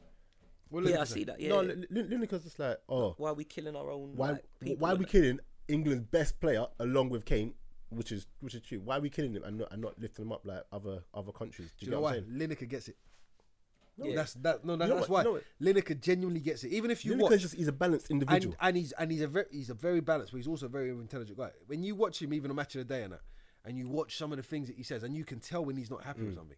What yeah, I Liverpool see said? that. Yeah. No, yeah. Lin- Lin- Lineker's just like oh, why are we killing our own? why like, people why are and we that? killing England's best player along with Kane, which is which is true. Why are we killing him and not and not lifting him up like other other countries? Do you, Do you know know what why? I'm saying? Lineker gets it. No, Yeah. that's that. No, that, know that's what? You why know Lineker genuinely gets it. Even if you Lineker's watch, just he's a balanced and, individual. and he's and he's a very he's a very balanced, but he's also a very intelligent guy. When you Mm. watch him, even a match of the day and that, and you watch some of the things that he says, and you can tell when he's not happy with something.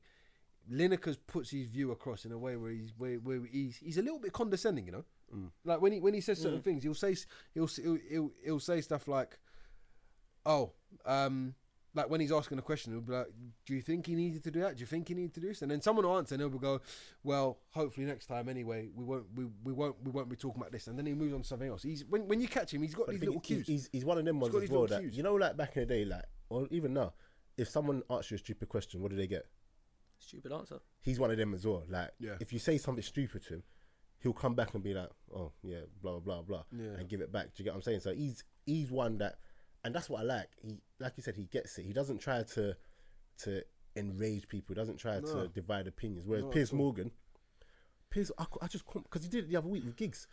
Lineker's puts his view across in a way where he's where, where he's he's a little bit condescending, you know. Mm. Like when he when he says certain things, he'll say s- he'll, s- he'll he'll he'll say stuff like, "Oh, um, like when he's asking a question, he'll be like, "Do you think he needed to do that? Do you think he needed to do this?" And then someone will answer, and he'll go, "Well, hopefully next time anyway, we won't we, we won't we won't be talking about this." And then he moves on to something else. He's when when you catch him, he's got But the these thing little is, he's- cues. He's, he's one of them ones got as these well. little That cues. you know, like back in the day, like or even now, if someone asks you a stupid question, what do they get? Stupid answer. He's one of them as well. Like Yeah. if you say something stupid to him, he'll come back and be like, "Oh yeah, blah blah blah," Yeah. and give it back. Do you get what I'm saying? So he's he's one that, and that's what I like. He like you said, he gets it. He doesn't try to to enrage people. He doesn't try No. to divide opinions. Whereas Piers Morgan, Piers, I, cou- I just couldn't because he did it the other week with gigs.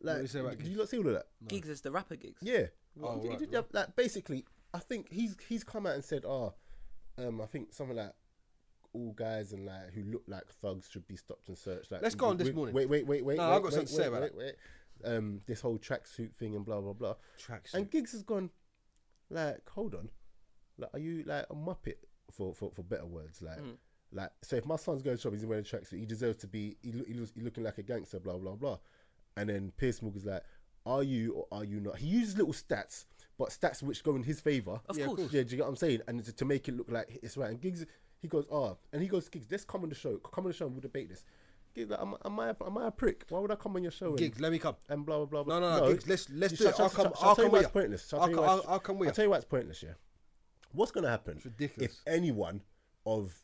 Like, did he say about did you not see all of that? Gigs is the rapper gigs. Yeah. Oh, He- he right, did have- like basically, I think he's he's come out and said, "Oh, um, I think something like all guys and like who look like thugs should be stopped and searched." Like, Let's go on this wait, morning. Wait, wait, wait, wait. No, wait, I've got wait, something to say wait, about wait, wait. Um, this whole tracksuit thing and blah blah blah. Tracksuit. And Giggs has gone, like, hold on, like, are you like a muppet for for, for better words, like. Hmm. Like so, if my son's going to shop, he's wearing a tracksuit. He deserves to be. He, look, he, looks, he looking like a gangster. Blah blah blah. And then Pierce Morgan's like, "Are you or are you not?" He uses little stats, but stats which go in his favor. Of Yeah, of course. course. Yeah, do you get what I'm saying? And to, to make it look like it's right. And Giggs, he goes, "Oh," and he goes, "Giggs, let's come on the show. Come on the show. and We'll debate this." Giggs, like, am, am I a- am I a prick? Why would I come on your show? and- Gigs, let me come. and blah blah blah. No, blah. no, no, Giggs, let's- let's you do shall- it. shall- I'll come- shall- shall I'll I tell come you why with it's you. pointless. Shall I I'll tell you co- why it's- I'll- I'll come with I'll you. tell you why it's pointless. Yeah, what's gonna happen? ridiculous. If anyone of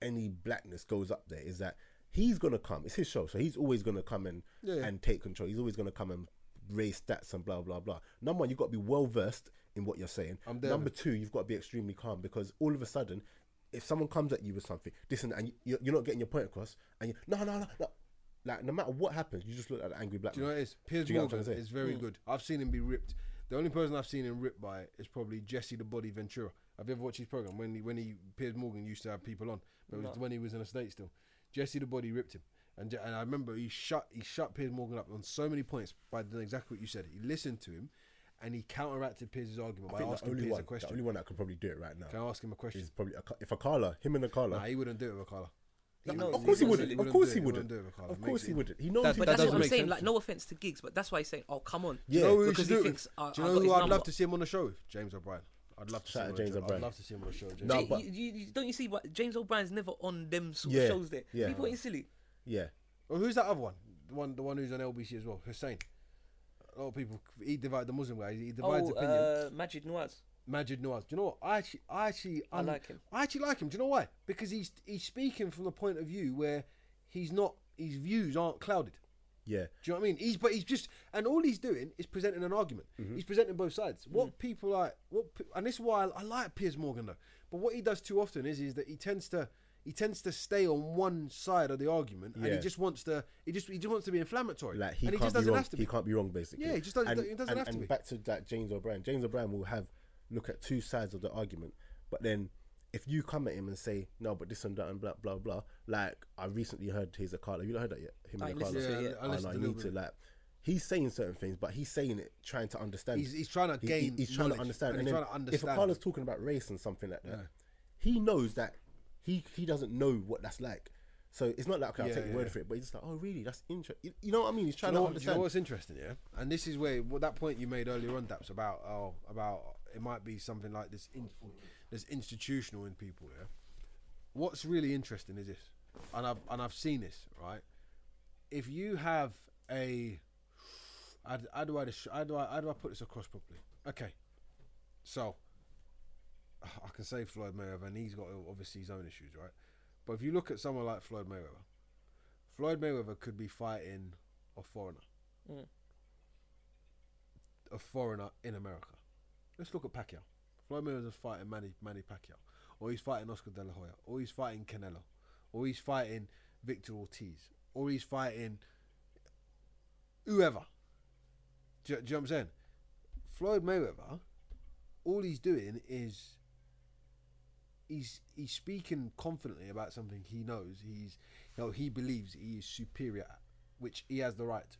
any blackness goes up there, is that he's gonna come. It's his show, so he's always gonna come and Yeah, yeah. and take control. He's always gonna come and raise stats and blah blah blah. Number one, you've got to be well versed in what you're saying. I'm there. Number two, you've got to be extremely calm because all of a sudden. If someone comes at you with something, this and, that, and you- you're not getting your point across, and you no, no, no, no, like no matter what happens, you just look like an angry black Do you know man. what it is? Piers Do you get what I'm Morgan trying to is very good. I've seen him be ripped. The only person I've seen him ripped by is probably Jesse the Body Ventura. Have you ever watched his program when he, when he Piers Morgan used to have people on, but it was when he was in the state still. Jesse the Body ripped him, and Je- and I remember he shut he shut Piers Morgan up on so many points by doing exactly what you said. He listened to him, and he counteracted Piers' argument by think the asking only Piers one, a The question. only one that could probably do it right now Can I ask him a question? is probably Ak- if Akala, him and Akala. Nah, he wouldn't do it with Akala. He No, knows of course he he wouldn't. wouldn't- Of course do he it. He wouldn't. wouldn't do it with Akala. Of Makes course it- he wouldn't. He knows. That- he But doesn't that's what I'm make saying. sense. Like, no offense to gigs, but that's why he's saying, "Oh, come on." Yeah. Do you know who we Because should he do it thinks, with? "I- Do I you know got who his I'd number." love to see him on the show with? James O'Brien. I'd love to Shout see him out on James the show. I'd O'Brien. love to see him on the show. James. No, Jay- but- you, you, you- don't you see what James O'Brien's never on them sort Yeah, of shows there. yeah. People ain't silly. Yeah. Well, who's that other one? The one, the one who's on LBC as well, Hussein. A lot of people. He divides the Muslim guy. He divides Oh, opinion. uh, Majid Nawaz. Majid Nawaz. Do you know what? I actually, I actually, I un- like him. I actually like him. Do you know why? Because he's he's speaking from the point of view where he's not. His views aren't clouded. Yeah. Do you know what I mean? He's but he's just and all he's doing is presenting an argument. Mm-hmm. He's presenting both sides. What people like what pe- and this is why I, I like Piers Morgan though. But what he does too often is is that he tends to he tends to stay on one side of the argument and he Yeah. just wants to he just he just wants to be inflammatory. Like he can't and he just be doesn't wrong. have to be. He can't be wrong. Basically. Yeah, he just doesn't- And, he doesn't and, have to and be. back to that James O'Brien. James O'Brien will have look at two sides of the argument, but then if you come at him and say no, but this and that and blah blah blah, like I recently heard his Akala. You not heard that yet? Him I and listened to it Akala. yet. I Oh, listened no, you to a need little to like. He's saying certain things, but he's saying it trying to understand. He's- he's trying to He- he- gain he's trying knowledge, to understand. and he's then trying to understand. If Akala's talking about race and something like that, he knows that he he doesn't know what that's like. So it's not like okay, I'll Yeah, take your yeah. word for it, but he's just like, oh, really? That's interesting. You know what I mean? He's Do you trying know to what- do you know understand. what's interesting, yeah? And this is where what that point you made earlier on, Daps, about oh, about it might be something like this, in, this institutional in people, yeah. What's really interesting is this, and I've and I've seen this, right? If you have a, how d- how do I dis- how do I how do I put this across properly? Okay, so I can say Floyd Mayweather, and he's got obviously his own issues, right? But if you look at someone like Floyd Mayweather, Floyd Mayweather could be fighting a foreigner, Mm. a foreigner in America. Let's look at Pacquiao. Floyd Mayweather's fighting Manny Manny Pacquiao, or he's fighting Oscar De La Hoya, or he's fighting Canelo, or he's fighting Victor Ortiz, or he's fighting whoever. Do you, do you know what I'm saying? Floyd Mayweather, all he's doing is he's he's speaking confidently about something he knows he's you know, he believes he is superior at, which he has the right to.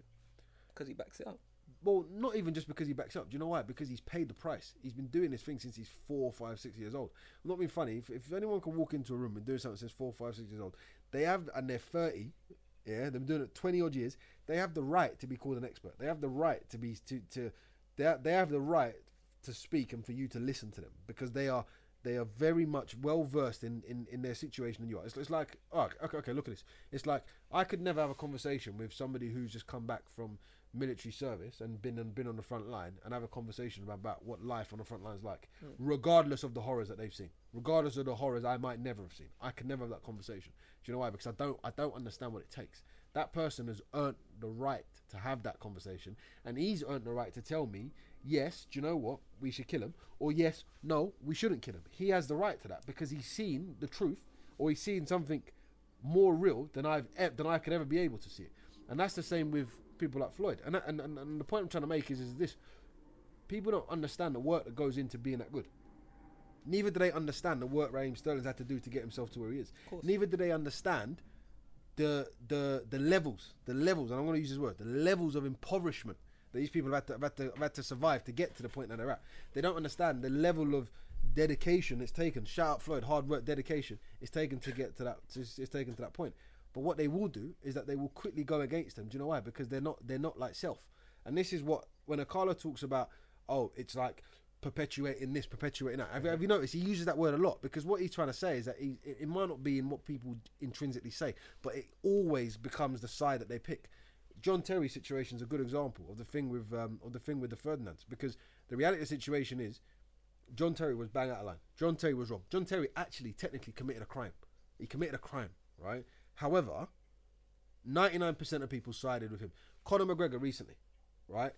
Because he backs it up. Well, not even just because he backs up. Do you know why? Because he's paid the price. He's been doing this thing since he's four, five, six years old. I'm not being funny. If, if anyone can walk into a room and do something since four, five, six years old, they have, and they're 30, yeah, they've been doing it 20 odd years, they have the right to be called an expert. They have the right to be, to, to they, ha- they have the right to speak and for you to listen to them because they are, they are very much well versed in, in, in their situation and you are. It's, it's like, oh, okay, okay, look at this. It's like I could never have a conversation with somebody who's just come back from military service and been and been on the front line and have a conversation about, about what life on the front line is like, regardless of the horrors that they've seen, regardless of the horrors I might never have seen. I can never have that conversation. Do you know why? Because I don't I don't understand what it takes. That person has earned the right to have that conversation, and he's earned the right to tell me, yes, do you know what? We should kill him, or yes, no, we shouldn't kill him. He has the right to that because he's seen the truth, or he's seen something more real than I've e- than I could ever be able to see it. And that's the same with people like Floyd. And and, and, and the point I'm trying to make is is this: people don't understand the work that goes into being that good. Neither do they understand the work Raheem Sterling's had to do to get himself to where he is. course. Neither do they understand the the the levels, the levels, and I'm going to use this word, the levels of impoverishment that these people have had to have had to, have had to survive to get to the point that they're at. They don't understand the level of dedication it's taken. Shout out Floyd, hard work, dedication it's taken to get to that. It's, it's taken to that point. But what they will do is that they will quickly go against them. Do you know why? Because they're not they're not like self. And this is what when Akala talks about, oh, it's like perpetuating this, perpetuating that. Have, you- have you noticed he uses that word a lot? Because what he's trying to say is that he, it, it might not be in what people intrinsically say, but it always becomes the side that they pick. John Terry situation is a good example of the thing with um, of the thing with the Ferdinands because the reality of the situation is John Terry was bang out of line. John Terry was wrong. John Terry actually technically committed a crime. He committed a crime, right? However, 99% of people sided with him. Conor McGregor recently, right?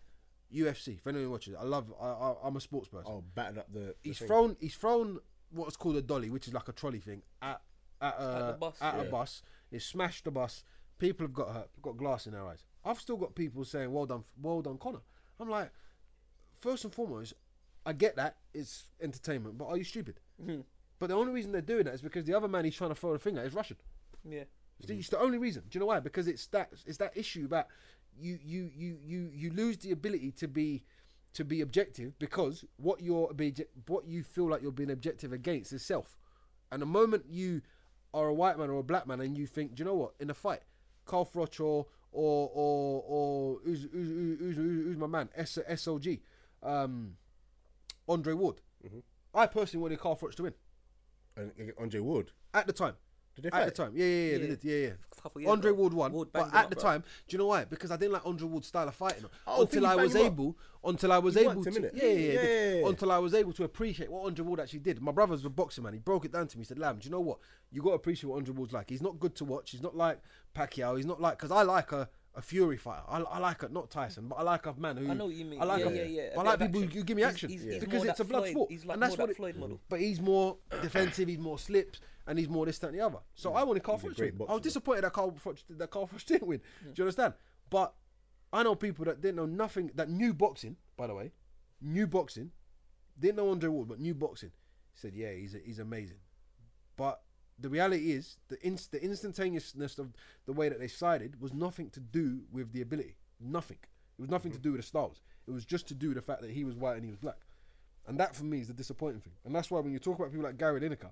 UFC. If anyone watches, it, I love. I, I, I'm a sports person. Oh, batting up the. the he's thing. thrown. He's thrown what's called a dolly, which is like a trolley thing, at at a the bus. At a Yeah. bus. He smashed the bus. People have got hurt. Got glass in their eyes. I've still got people saying, "Well done, well done, Conor." I'm like, first and foremost, I get that it's entertainment, but are you stupid? Hmm. But the only reason they're doing that is because the other man he's trying to throw the thing at is Russian. Yeah. It's the- It's the only reason. Do you know why? Because it's that it's that issue that you you you you you lose the ability to be to be objective because what you're be what you feel like you're being objective against is self. And the moment you are a white man or a black man and you think, do you know what? In a fight, Carl Froch or or or or who's who's, who's, who's, who's my man? S- SLG, um, Andre Ward. I personally wanted Carl Froch to win And, and Andre Ward. at the time. Did they at fight? the time, yeah, yeah, yeah, yeah, Yeah. they did. yeah, yeah. A couple years Andre ago. Ward won, Ward but banged him at up, the bruv. time, do you know why? Because I didn't like Andre Ward's style of fighting Oh, did until he I bang was him up? able, until I was He able whacked to, him, innit? yeah, yeah, yeah, Yeah, did- yeah, yeah. until I was able to appreciate what Andre Ward actually did. My brother's a boxer man. He broke it down to me. He said, "Lamb, do you know what? You got to appreciate what Andre Ward's like. He's not good to watch. He's not like Pacquiao. He's not like because I like a." A Fury fighter. I, I like it, not Tyson, but I like a man who I know what you mean. I like Yeah, a- yeah, yeah. A bit I like of people action. who give me He's- action he's- he's because more it's a that blood Floyd- sport, he's like and that's more what that it, Floyd model. but he's more defensive, he's more slips, and he's more this, that, and the other. So I wanted Carl He's a Froch to great win. I boxer, was though. disappointed that Carl Froch, that Carl Froch didn't win. Do you understand? But I know people that didn't know nothing, that knew boxing, by the way, knew boxing, didn't know Andre Ward, but knew boxing. Said, yeah, he's, he's amazing. But the reality is, the, inst- the instantaneousness of the way that they sided was nothing to do with the ability. Nothing. It was nothing to do with the styles. It was just to do with the fact that he was white and he was black. And that for me is the disappointing thing. And that's why when you talk about people like Gary Lineker,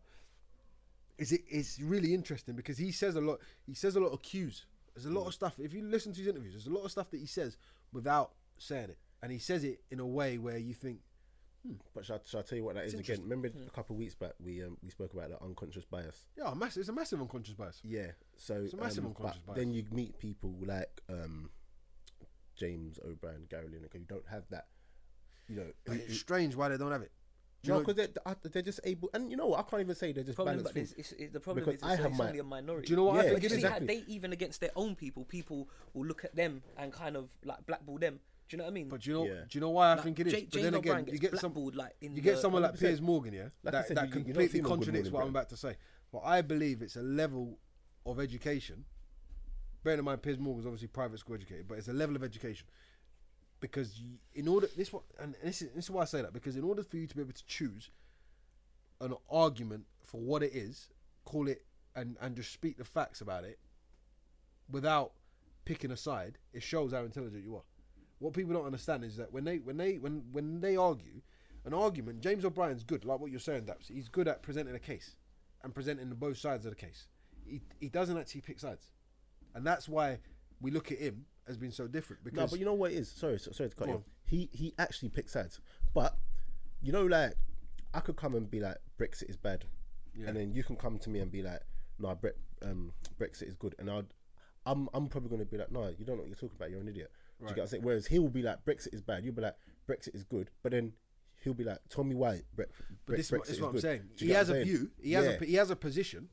is it it's really interesting because he says a lot he says a lot of cues. There's a lot of stuff if you listen to his interviews, there's a lot of stuff that he says without saying it. And he says it in a way where you think But shall, shall I tell you what that is again? Remember a couple of weeks back we um, we spoke about that unconscious bias. yeah, massive, it's a massive unconscious bias. Yeah. So a massive um, unconscious but bias. Then you meet people like um, James O'Brien, Gary Lineker, who don't have that. You know, But it's strange why they don't have it. Do you no, know- because they're, they're just able, and you know what? I can't even say they're just Problem, balanced. but it's, it's, it- the problem Because is I it's, have it's my- only a minority. do you know what I Yeah, But think you it see is? how exactly. they even against their own people, people will look at them and kind of like blackball them. Do you know what I mean? But do you know Yeah. do you know why I Like, think it is? Jay- but Jay then O'Brien again, you gets get some blackballed, like, in you get the- someone like 100%. Piers Morgan, yeah, Like I that, said, that you- you don't completely see him on Good contradicts Morning what I'm Britain. about to say. But I believe it's a level of education. Bearing in mind, Piers Morgan's obviously private school educated, but it's a level of education because you, in order this what and this is this is why I say that because in order for you to be able to choose an argument for what it is, call it and and just speak the facts about it, without picking a side, it shows how intelligent you are. What people don't understand is that when they when they when when they argue, an argument. James O'Brien's good, like what you're saying, Daps. He's good at presenting a case, and presenting both sides of the case. He he doesn't actually pick sides, and that's why we look at him as being so different. Because No, but you know what it is. Sorry, so- sorry to cut Go you. on. off. He he actually picks sides, but you know, like I could come and be like Brexit is bad, and then you can come to me and be like, no, Bre- um, Brexit is good, and I'd. I'm, I'm probably going to be like, no, you don't know what you're talking about. You're an idiot. Do you get what I'm saying? Whereas he will be like, Brexit is bad. You'll be like, Brexit is good. But then he'll be like, tell me why Bre- Bre- But this is Brexit what, is is what I'm good. saying. Do you He get what has I'm a saying? view. He has Yeah. a he has a position.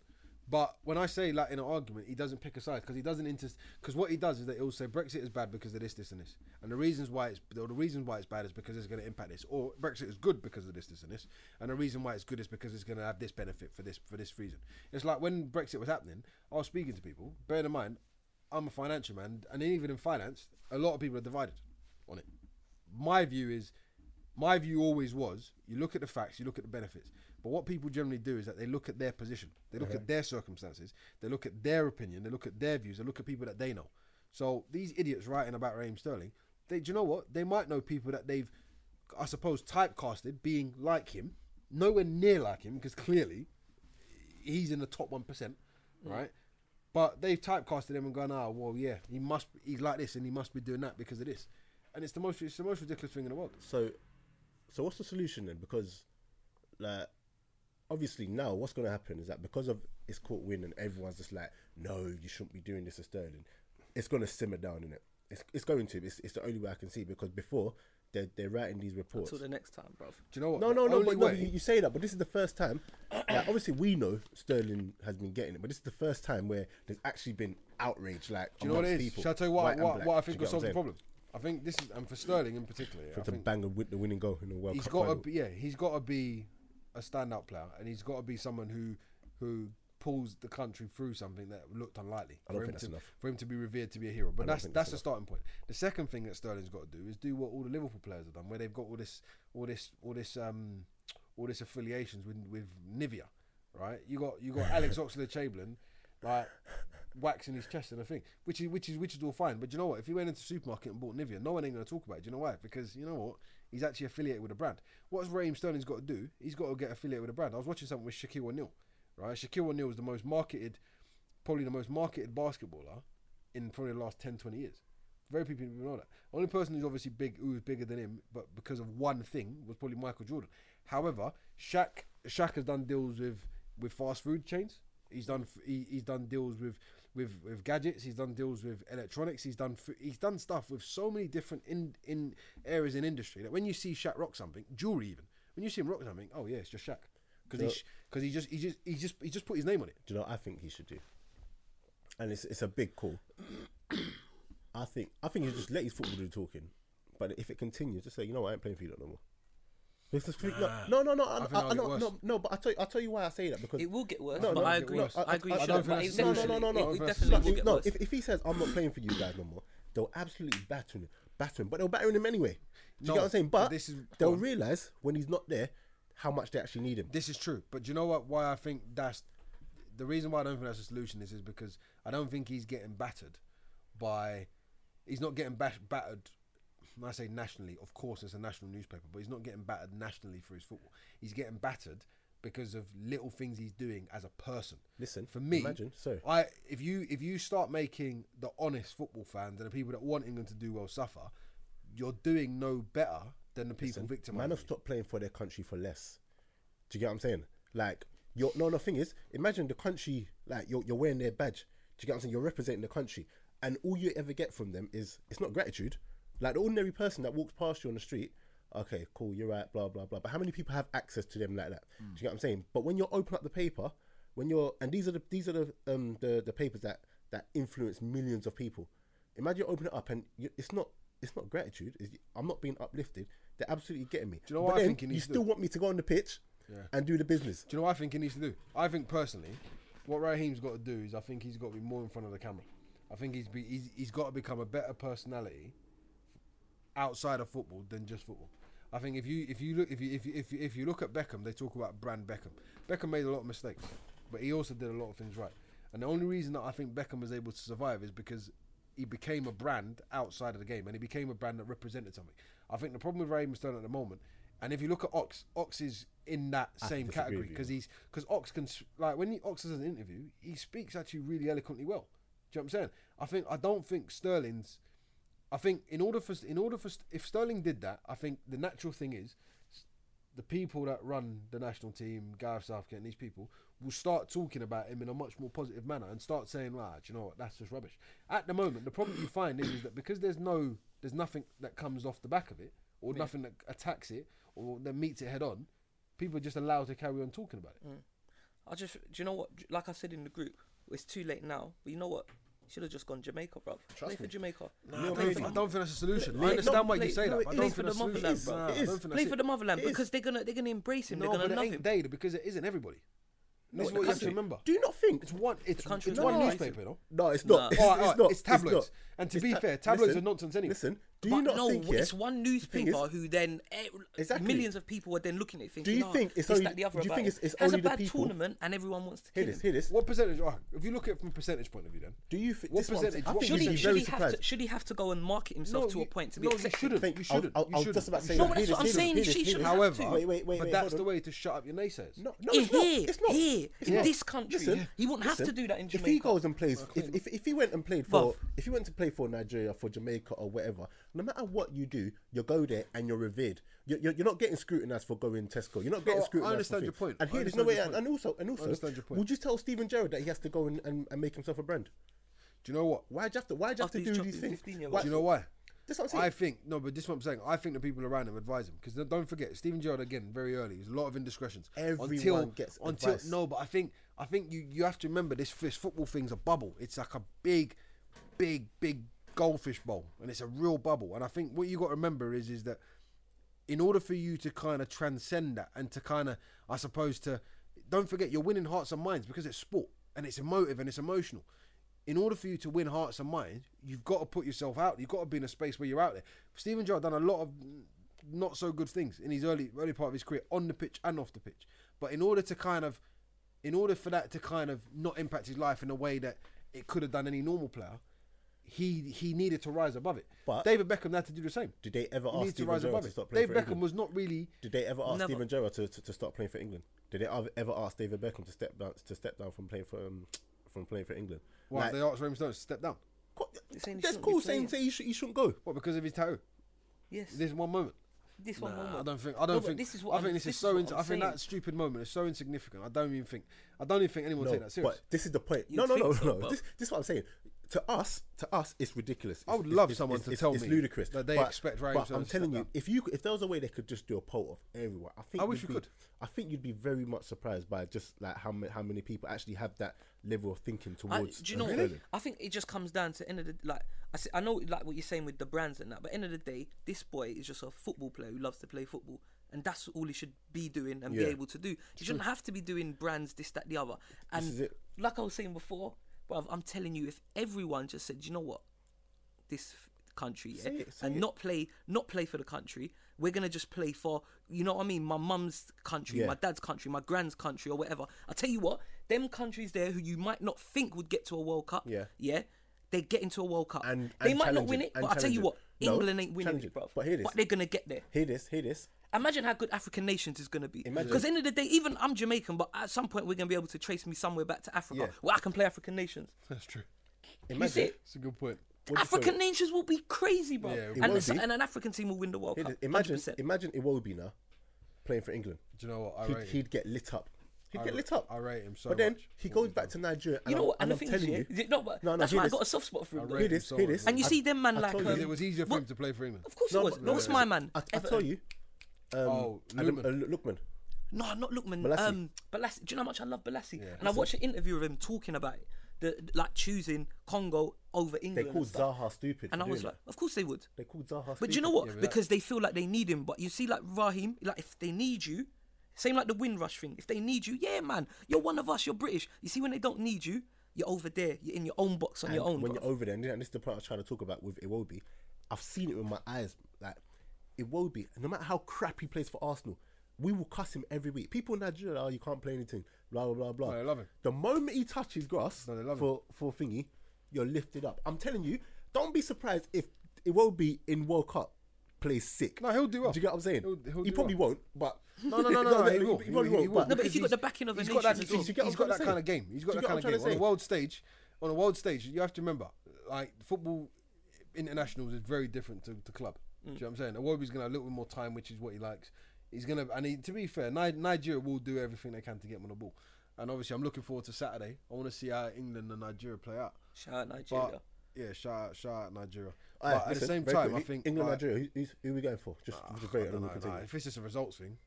But when I say like in an argument, he doesn't pick a side because he doesn't inter. Because what he does is that he'll say Brexit is bad because of this, this, and this, and the reasons why it's the reason why it's bad is because it's going to impact this, or Brexit is good because of this, this, and this, and the reason why it's good is because it's going to have this benefit for this for this reason. It's like when Brexit was happening, I was speaking to people. Bear in mind, I'm a financial man, and even in finance, a lot of people are divided on it. My view is, my view always was, you look at the facts, you look at the benefits. But what people generally do is that they look at their position, they look at their circumstances, they look at their opinion, they look at their views, they look at people that they know. So these idiots writing about Raheem Sterling, they, do you know what? They might know people that they've, I suppose, typecasted being like him, nowhere near like him, because clearly he's in the top one percent, right? But they've typecasted him and gone, ah, well, yeah, he must, he's like this, and he must be doing that because of this, and it's the most, it's the most ridiculous thing in the world. So, so what's the solution then? Because, like, obviously now what's going to happen is that because of it's caught wind and everyone's just like, no, you shouldn't be doing this to Sterling. It's going to simmer down in it. It's, it's going to. It's, it's the only way I can see because before they're, they're writing these reports. Till the next time, bruv. Do you know what? No, The no, no, only but no, way- but you, you say that, but this is the first time. Like, obviously, we know Sterling has been getting it, but this is the first time where there's actually been outrage. Like, do you know what it is? people, Shall I tell you what, white I- and what, black. what I Do you get think will what I'm solve the saying? problem? I think this is, and for Sterling in particular, I To think bang a win, the winning goal in the World he's Cup. got to final. be, yeah, he's got to be a standout player, and he's got to be someone who who pulls the country through something that looked unlikely don't for him think that's to enough. for him to be revered to be a hero. But that's think that's that's the starting point. The second thing that Sterling's got to do is do what all the Liverpool players have done, where they've got all this all this all this um all this affiliations with with Nivea, right? You got you got Alex Oxlade-Chamberlain, like waxing his chest and a thing, which is which is which is all fine. But do you know what? If he went into the supermarket and bought Nivea, no one ain't going to talk about it. Do you know why? Because you know what? He's actually affiliated with a brand. What's Raheem Sterling's got to do? He's got to get affiliated with a brand. I was watching something with Shaquille O'Neal, right? Shaquille O'Neal is the most marketed, probably the most marketed basketballer in probably the last 10, 20 years. Very few people know that. Only person who's obviously big, who was bigger than him, but because of one thing, was probably Michael Jordan. However, Shaq, Shaq has done deals with with fast food chains. He's done f- he, he's done deals with with with gadgets. He's done deals with electronics. He's done f- he's done stuff with so many different in in areas in industry that when you see Shaq rock something, jewelry even when you see him rock something, oh yeah, it's just No. Shaq because because he just he just he just he just put his name on it. Do you know what I think he should do? And it's it's a big call. I think I think you just let his football do the talking. But if it continues, just say, you know what, I ain't playing for you lot no more. Because the- no, no, no, no, I, I- think that'll get no, worse. no, no, but I tell you, I tell you why I say that because It will get worse, No, but no, I it agree. no, I, agree. I with don't you, think but that's it the no, no, definitely- no, no, no. It, it Like, But definitely will if- get no, worse. if, if he says I'm not playing for you guys no more, they'll absolutely batter him, batter him. But they'll batter him anyway. Do you No, get what I'm saying? But this is- go they'll on. realize when he's not there how much they actually need him. This is true, but do you know what? Why I think that's the reason why I don't think that's a solution is is because I don't think he's getting battered by he's not getting bash, battered. When I say nationally, of course it's a national newspaper, but he's not getting battered nationally for his football. He's getting battered because of little things he's doing as a person. Listen, for me, imagine- sorry. I if you if you start making the honest football fans and the people that want England to do well suffer, you're doing no better than the people victimized. Man have stopped playing for their country for less. Do you get what I'm saying? Like, you're, no, no, thing is, imagine the country, like, you're, you're wearing their badge. Do you get what I'm saying? You're representing the country. And all you ever get from them is, it's not gratitude. Like, the ordinary person that walks past you on the street, okay, cool, you're right, blah, blah, blah. But how many people have access to them like that? Do you get what I'm saying? But when you open up the paper, when you're, and these are the, these are the, um, the, the papers that, that influence millions of people. Imagine you open it up and you, it's not, it's not gratitude. It's, I'm not being uplifted. They're absolutely getting me. Do you know but what I then think he you needs to still do? want me to go on the pitch and do the business. Do you know what I think he needs to do? I think personally, what Raheem's got to do is I think he's got to be more in front of the camera. I think he's be, he's, he's got to become a better personality outside of football than just football. I think if you if you look if you if you, if you, if you look at Beckham, they talk about brand Beckham. Beckham made a lot of mistakes, but he also did a lot of things right. And the only reason that I think Beckham was able to survive is because he became a brand outside of the game, and he became a brand that represented something. I think the problem with Raheem Sterling at the moment, and if you look at Ox, Ox is in that same disagree category with you. because he's because Ox can s- like when he, Ox does an interview, he speaks actually really eloquently well. Do you know what I'm saying? I think I don't think Sterling's. I think in order for in order for if Sterling did that, I think the natural thing is the people that run the national team, Gareth Southgate, and these people will start talking about him in a much more positive manner and start saying, "Lah, do you know what? That's just rubbish." At the moment, the problem you find is, is that because there's no, there's nothing that comes off the back of it, or nothing that attacks it, or that meets it head on. People are just allowed to carry on talking about Mm. it. I just, do you know what? Like I said in the group, it's too late now. But you know what? Should have just gone Jamaica, bro. Trust play for Jamaica. I, You're don't think, crazy. I don't think that's a solution. Play- I understand why no, you play- say no, that. But I it don't is. think that's Play for the a motherland, solution. bro. Nah, I It is. don't think Play that's for it. the motherland It is. because they're gonna they're gonna embrace him. No, they're but gonna it love ain't him. they because it isn't everybody. This is the what you have to country- remember. Do you not think? It's one. It's, country it's doesn't one like newspaper, you know. No, it's not. No. It's, Alright, alright, not. it's tabloids. not. And to It's be ta- fair, tabloids listen, are nonsense anyway. Listen, do you But not no, think yeah, it's one the thing newspaper is- who then eh, Exactly. millions of people were then looking at it thinking. you "Oh, think it's this, only- that, the other do you about think him." it's- it's Has only a the bad people- tournament and everyone wants to Hear kill this. him? Hear this. What percentage? Oh, if you look at it from a percentage point of view, then Do you think? What this is I'm saying. percentage? I What think Should you'd he, be percentage? should, very he have to, surprised. should he have to go and market himself to a point to be no, accepted? You shouldn't. Think you I should. would- I, you I was shouldn't. just about to You say. No, that. but Hear that's what I'm this, hear saying, this, she hear this. shouldn't have However, to. wait, wait, wait. but wait, that's hold the on. way to shut up your naysayers. No, no, In it's not. here, It's not. here, It's in not. this country. He wouldn't have to do that in If he Jamaica. goes and plays, if, if, if he went and played for, Bruv. if he went to play for Nigeria, for Jamaica or whatever, no matter what you do, you go there and you're revered. You're, you're, you're not getting scrutinized for going Tesco. You're not getting Oh, I scrutinized. understand for your things. point. And I here, there's no understand way. your And, point. and also, and I also, understand your point. would you tell Steven Gerrard that he has to go and, and, and make himself a brand? Do you know what? Why do you have to? Why do you have After to he's do chopped these in things? 15 year Why- olds. Do you know why? That's what I'm saying. I think no, but this is what I'm saying. I think the people around him advise him because don't forget Stephen Gerrard again very early. There's a lot of indiscretions. Everyone until, gets until advice. no, but I think I think you you have to remember this this football thing's a bubble. It's like a big, big, big goldfish bowl, and it's a real bubble. And I think what you got to remember is is that in order for you to kind of transcend that and to kind of, I suppose, to don't forget you're winning hearts and minds because it's sport and it's emotive and it's emotional. In order for you to win hearts and minds, you've got to put yourself out. You've got to be in a space where you're out there. Stephen Gerrard done a lot of not so good things in his early early part of his career on the pitch and off the pitch. But in order to kind of, in order for that to kind of not impact his life in a way that it could have done any normal player, he he needed to rise above it. But- David Beckham had to do the same. Did they ever He ask needs to Steven rise Gerrard above to it. stop playing Dave for Beckham England? was not really. Did they ever ask Never. Steven Gerrard to, to, to stop playing for England? Did they ever- ever ask David Beckham to step down to step down from playing for um, from playing for England? Well, Like, they asked Raheem Sterling to step down. co- They're saying he that's shouldn't be cool saying playing. say you, should, you shouldn't go. What because of his tattoo? Yes. This one moment. This one. Nah, moment. I don't think. I don't No, but think. This is what I think I'm- this, is what so. I'm Ins- I think saying. that stupid moment is so insignificant. I don't even think. I don't even think anyone will No, take that serious. but this is the point. You'd no, no, no, think so, no. but- This, this is what I'm saying. To us, to us, it's ridiculous. I would It's- love it's- someone it's- to it's- tell it's me ludicrous that they But- expect Raheem But Sterling I'm to telling step you, down. if you c- if there was a way they could just do a poll of everyone, I think I wish you'd we be- could. I think you'd be very much surprised by just like how ma- how many people actually have that level of thinking I, towards. do you um, know? Sterling. I think it just comes down to end of the like. I, s- I know like what you're saying with the brands and that, but end of the day, this boy is just a football player who loves to play football, and that's all he should be doing and be Yeah. able to do. He shouldn't have to be doing brands this, that, the other. And is it. like I was saying before, bruv, I'm telling you, if everyone just said, you know what, this f- country yeah, Say it, say and it. not play not play for the country we're gonna just play for you know what i mean my mum's country Yeah. my dad's country my grand's country or whatever i tell you what them countries there who you might not think would get to a world cup Yeah. yeah they get into a world cup And- they and might not challenge win it, it and but i tell you challenge what it. No, england ain't winning challenge it it. bro But hear this. they're gonna get there Hear this, hear this. Imagine how good African nations is going to be. Imagine. Because end of the day, even I'm Jamaican, but at some point we're going to be able to trace me somewhere back to Africa Yeah. where I can play African nations. That's true. Imagine. see it? It's a good point. What do you African think? nations will be crazy, bro. Yeah, it and, will s- be. and an African team will win the World Hear Cup. this. Imagine, 100%. imagine Iwobi now playing for England. Do you know what? I He'd, rate him. he'd get lit up. He'd I get ra- lit up. I rate him so But then much. he What goes he's back done. to Nigeria. And you know I'm- what? And And the I'm thing is, telling yeah, you. no, but that's hear why I this. got a soft spot for him. I though. Hear rate him this, so hear much. this. And you I- see them man I like, told you um, Because it was easier for him to play for England. Of course it No, was. but- No, no, it's no, my no. man. I, I Everton. tell you. Um, Oh, Adam, Lookman. uh, Lu- Lookman. No, not Lookman. Balassi. Um, Balassi. Do you know how much I love Balassi? and I watched an interview of him talking about it, the like choosing Congo over They England. called and stuff. Zaha stupid. And for I was doing like, that. of course they would. they called Zaha stupid. But do you know what? but that- because they feel like they need him. But you see, like Raheem, like if they need you, same like the Windrush thing. If they need you, yeah, man, you're one of us. You're British. You see, when they don't need you, you're over there. You're in your own box on And your own. When bruv. you're over there, and this is the part I was trying to talk about with Iwobi. I've seen it with my eyes. Like Iwobi, no matter how crap he plays for Arsenal, we will cuss him every week. People in Nigeria, oh, you can't play anything. Blah blah blah blah. No, they love him. The moment he touches grass No, they love him. for for thingy, you're lifted up. I'm telling you. Don't be surprised if it won't be in World Cup. Plays sick. No, he'll do well. Do you get what I'm saying? He'll- he'll he do probably well. won't, but No, no, no, no, no, he will. He probably will, he won't, will. but- No, but if He's- you've got the backing of a he's nation got that. as you well. see- get what he's I'm got trying that to kind say? of game. He's got Do you that get kind what of I'm game trying on to a say? world stage. On a world stage, you have to remember, like football internationals is very different to, to club. Do Mm. you know what I'm saying? Awobi's gonna have a little bit more time, which is what he likes. He's gonna and he, to be fair, Ni- Nigeria will do everything they can to get him on the ball. And obviously, I'm looking forward to Saturday. I want to see how England and Nigeria play out. Shout out Nigeria. But yeah, shout out, shout out Nigeria. All right, but at the listen, same very time, quickly, I think England, like, Nigeria. Who, who's, who are we going for? Just, just rate I it don't and know, we'll continue. nah, if it's just a results thing,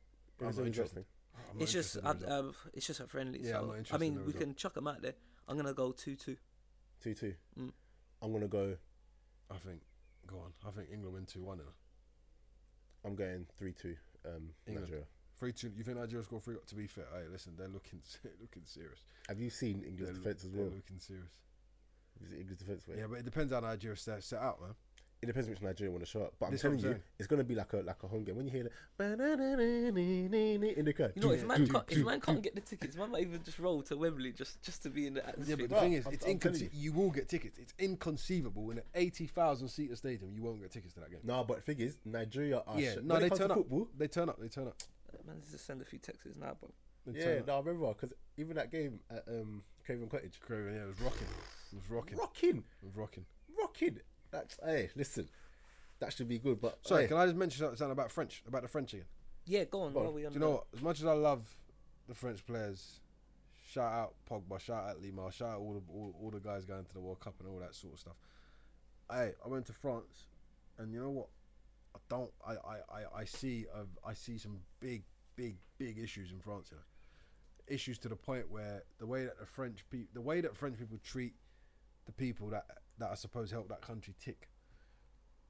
It I'm was not interesting. interested. I'm not it's just interested in uh, results. uh, it's just a friendly. Yeah, I'm not so I interested in the mean, we result. can chuck them out there. I'm gonna go two two. Two two. Mm. I'm gonna go. I think. Go on. I think England win two one. I'm going three two. Um, England. Nigeria. Three two. You think Nigeria score three? To be fair, hey, listen, they're looking they're looking serious. Have you seen England's They're look- defense as they're well? looking serious. Is it England's defense. Way? Yeah, but it depends how Nigeria set, set out, man. It depends which Nigeria want to show up. But I'm This is what telling I'm you, saying. it's gonna be like a like a home game. When you hear that in the crowd, You know, if man do, can't, do, if man do. can't get the tickets, man might even just roll to Wembley just just to be in the Yeah, atmosphere. but the Well, thing is, I'm- it's I'm telling inconce- you will get tickets. It's inconceivable in an eighty thousand seater stadium. You won't get tickets to that game. No, but the thing is, Nigeria are. yeah, sh- no, when they it comes turn to up. Football, They turn up. They turn up. man, let's just send a few texts now, bro. They yeah, turn up. no, I remember because even that game at um, Craven Cottage, Korea, yeah, it was rocking. It was rocking. rocking, It was rocking. rocking. That's hey, listen, that should be good. But Sorry, hey, can I just mention something about French? About the French again. Yeah, go on. Go on. while we on Do you the- know what? As much as I love the French players, shout out Pogba, shout out Lima, shout out all the all, all the guys going to the World Cup and all that sort of stuff. I I went to France, and you know what? I don't. I I, I, I see a, I see some big big big issues in France. You know? Issues to the point where the way that the French people, the way that French people treat the people that that I suppose help that country tick.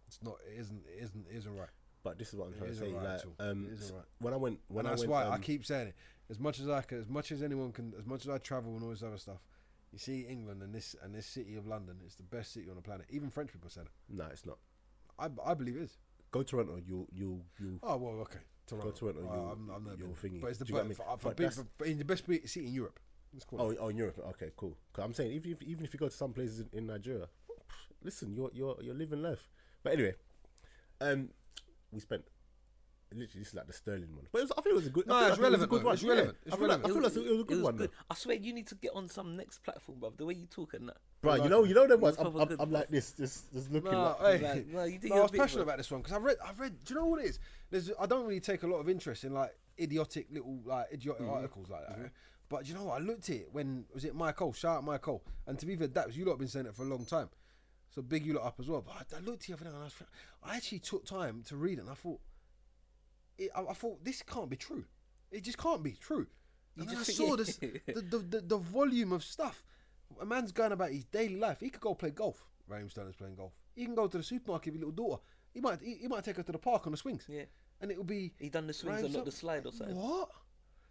It's not. It isn't. It isn't. It isn't right. but this is what I'm It trying to isn't say. right like, at all. um, It isn't s- right. when I went, when and I that's went, why I um, keep saying it. As much as I can, as much as anyone can, as much as I travel and all this other stuff, you see England and this and this city of London. It's the best city on the planet. Even French people said it. No, it's not. I, I believe it is. Go to Toronto, you'll you'll you'll Oh well, okay. Toronto. Toronto, Uh, you'll- I'm, I'm not you'll been. thingy. But it's the Do you get best. me? For, for, But big- that's- for- in the best be- city in Europe. It's cool. Oh, oh, in Europe. Okay, cool. 'Cause I'm saying even if, even if you go to some places in, in Nigeria, listen, you're you're you're living life. But anyway, um, we spent literally this is like the Sterling one, but it was, I think it was a good. I No, feel like it it's was a relevant, good though. one. It's relevant. Yeah. It's I feel like I relevant. feel like it was a it good was one. though. I swear, you need to get on some next platform, bruv. The way you talk and that. Bro, I you like know, you know them It ones. was I'm, proper I'm, good. I'm like this, just just looking. No, like, hey, Like, no, you think no, you're I a was bit passionate worse. about this one because I've read, I've read. Do you know what it is? There's, I don't really take a lot of interest in like idiotic little like idiotic Mm-hmm. articles like that. yeah? But do you know what? I looked at it when was it Mike Cole? Shout out Mike Cole. And to be fair, that was you lot have been saying it for a long time. So big you lot up as well. But I, I looked at it the other day and I was, I actually took time to read it and I thought, it, I, I thought this can't be true. It just can't be true. You and then just- I saw this, the, the, the, the volume of stuff. A man's going about his daily life. He could go play golf. Raheem Sterling's playing golf. He can go to the supermarket with his little daughter. He might he, he might take her to the park on the swings. Yeah. And it'll be. He done the swings Raheem and not the Sterling- slide or something. What?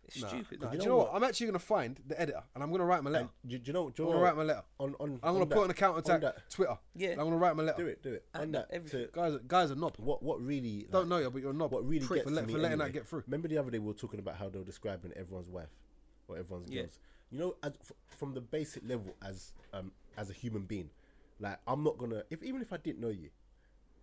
It's stupid. Nah, bruv. do you know what? I'm actually going to find the editor and I'm going to write my letter. and do, do you know? Do you I'm know going what? to write my letter. on on. I'm going on to put that- on a counter attack that, Twitter. Yeah. And I'm going to write my letter. Do it, do it. And On that, that, everything. to, Guys, guys are knob. what what really? like, Don't know you, but you're a knob. what really Prick gets for, to let- me for letting anyway, that get through. Remember the other day we were talking about how they were describing everyone's wife or everyone's Yeah. girls. You know, as, f- from the basic level as um as a human being, like I'm not gonna if even if I didn't know you,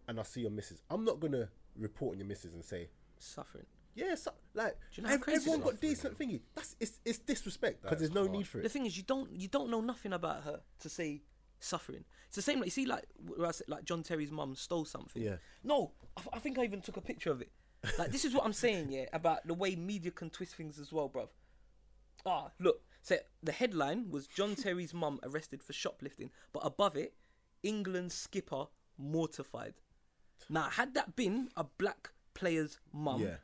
and I see your missus, I'm not gonna report on your missus and say. Suffering. Yeah, so, like Do you know how ev- crazy everyone this got is? decent thingy. That's it's, it's disrespect That because is there's no hard. need for The it. thing is, you don't you don't know nothing about her to say suffering. It's the same like you see like where I said, like John Terry's mum stole something. Yeah. No, I, th- I think I even took a picture of it. Like this is what I'm saying, yeah, about the way media can twist things as well, bruv. Ah, look. So the headline was John Terry's mum arrested for shoplifting, but above it, England skipper mortified. Now, had that been a black player's mum, Yeah.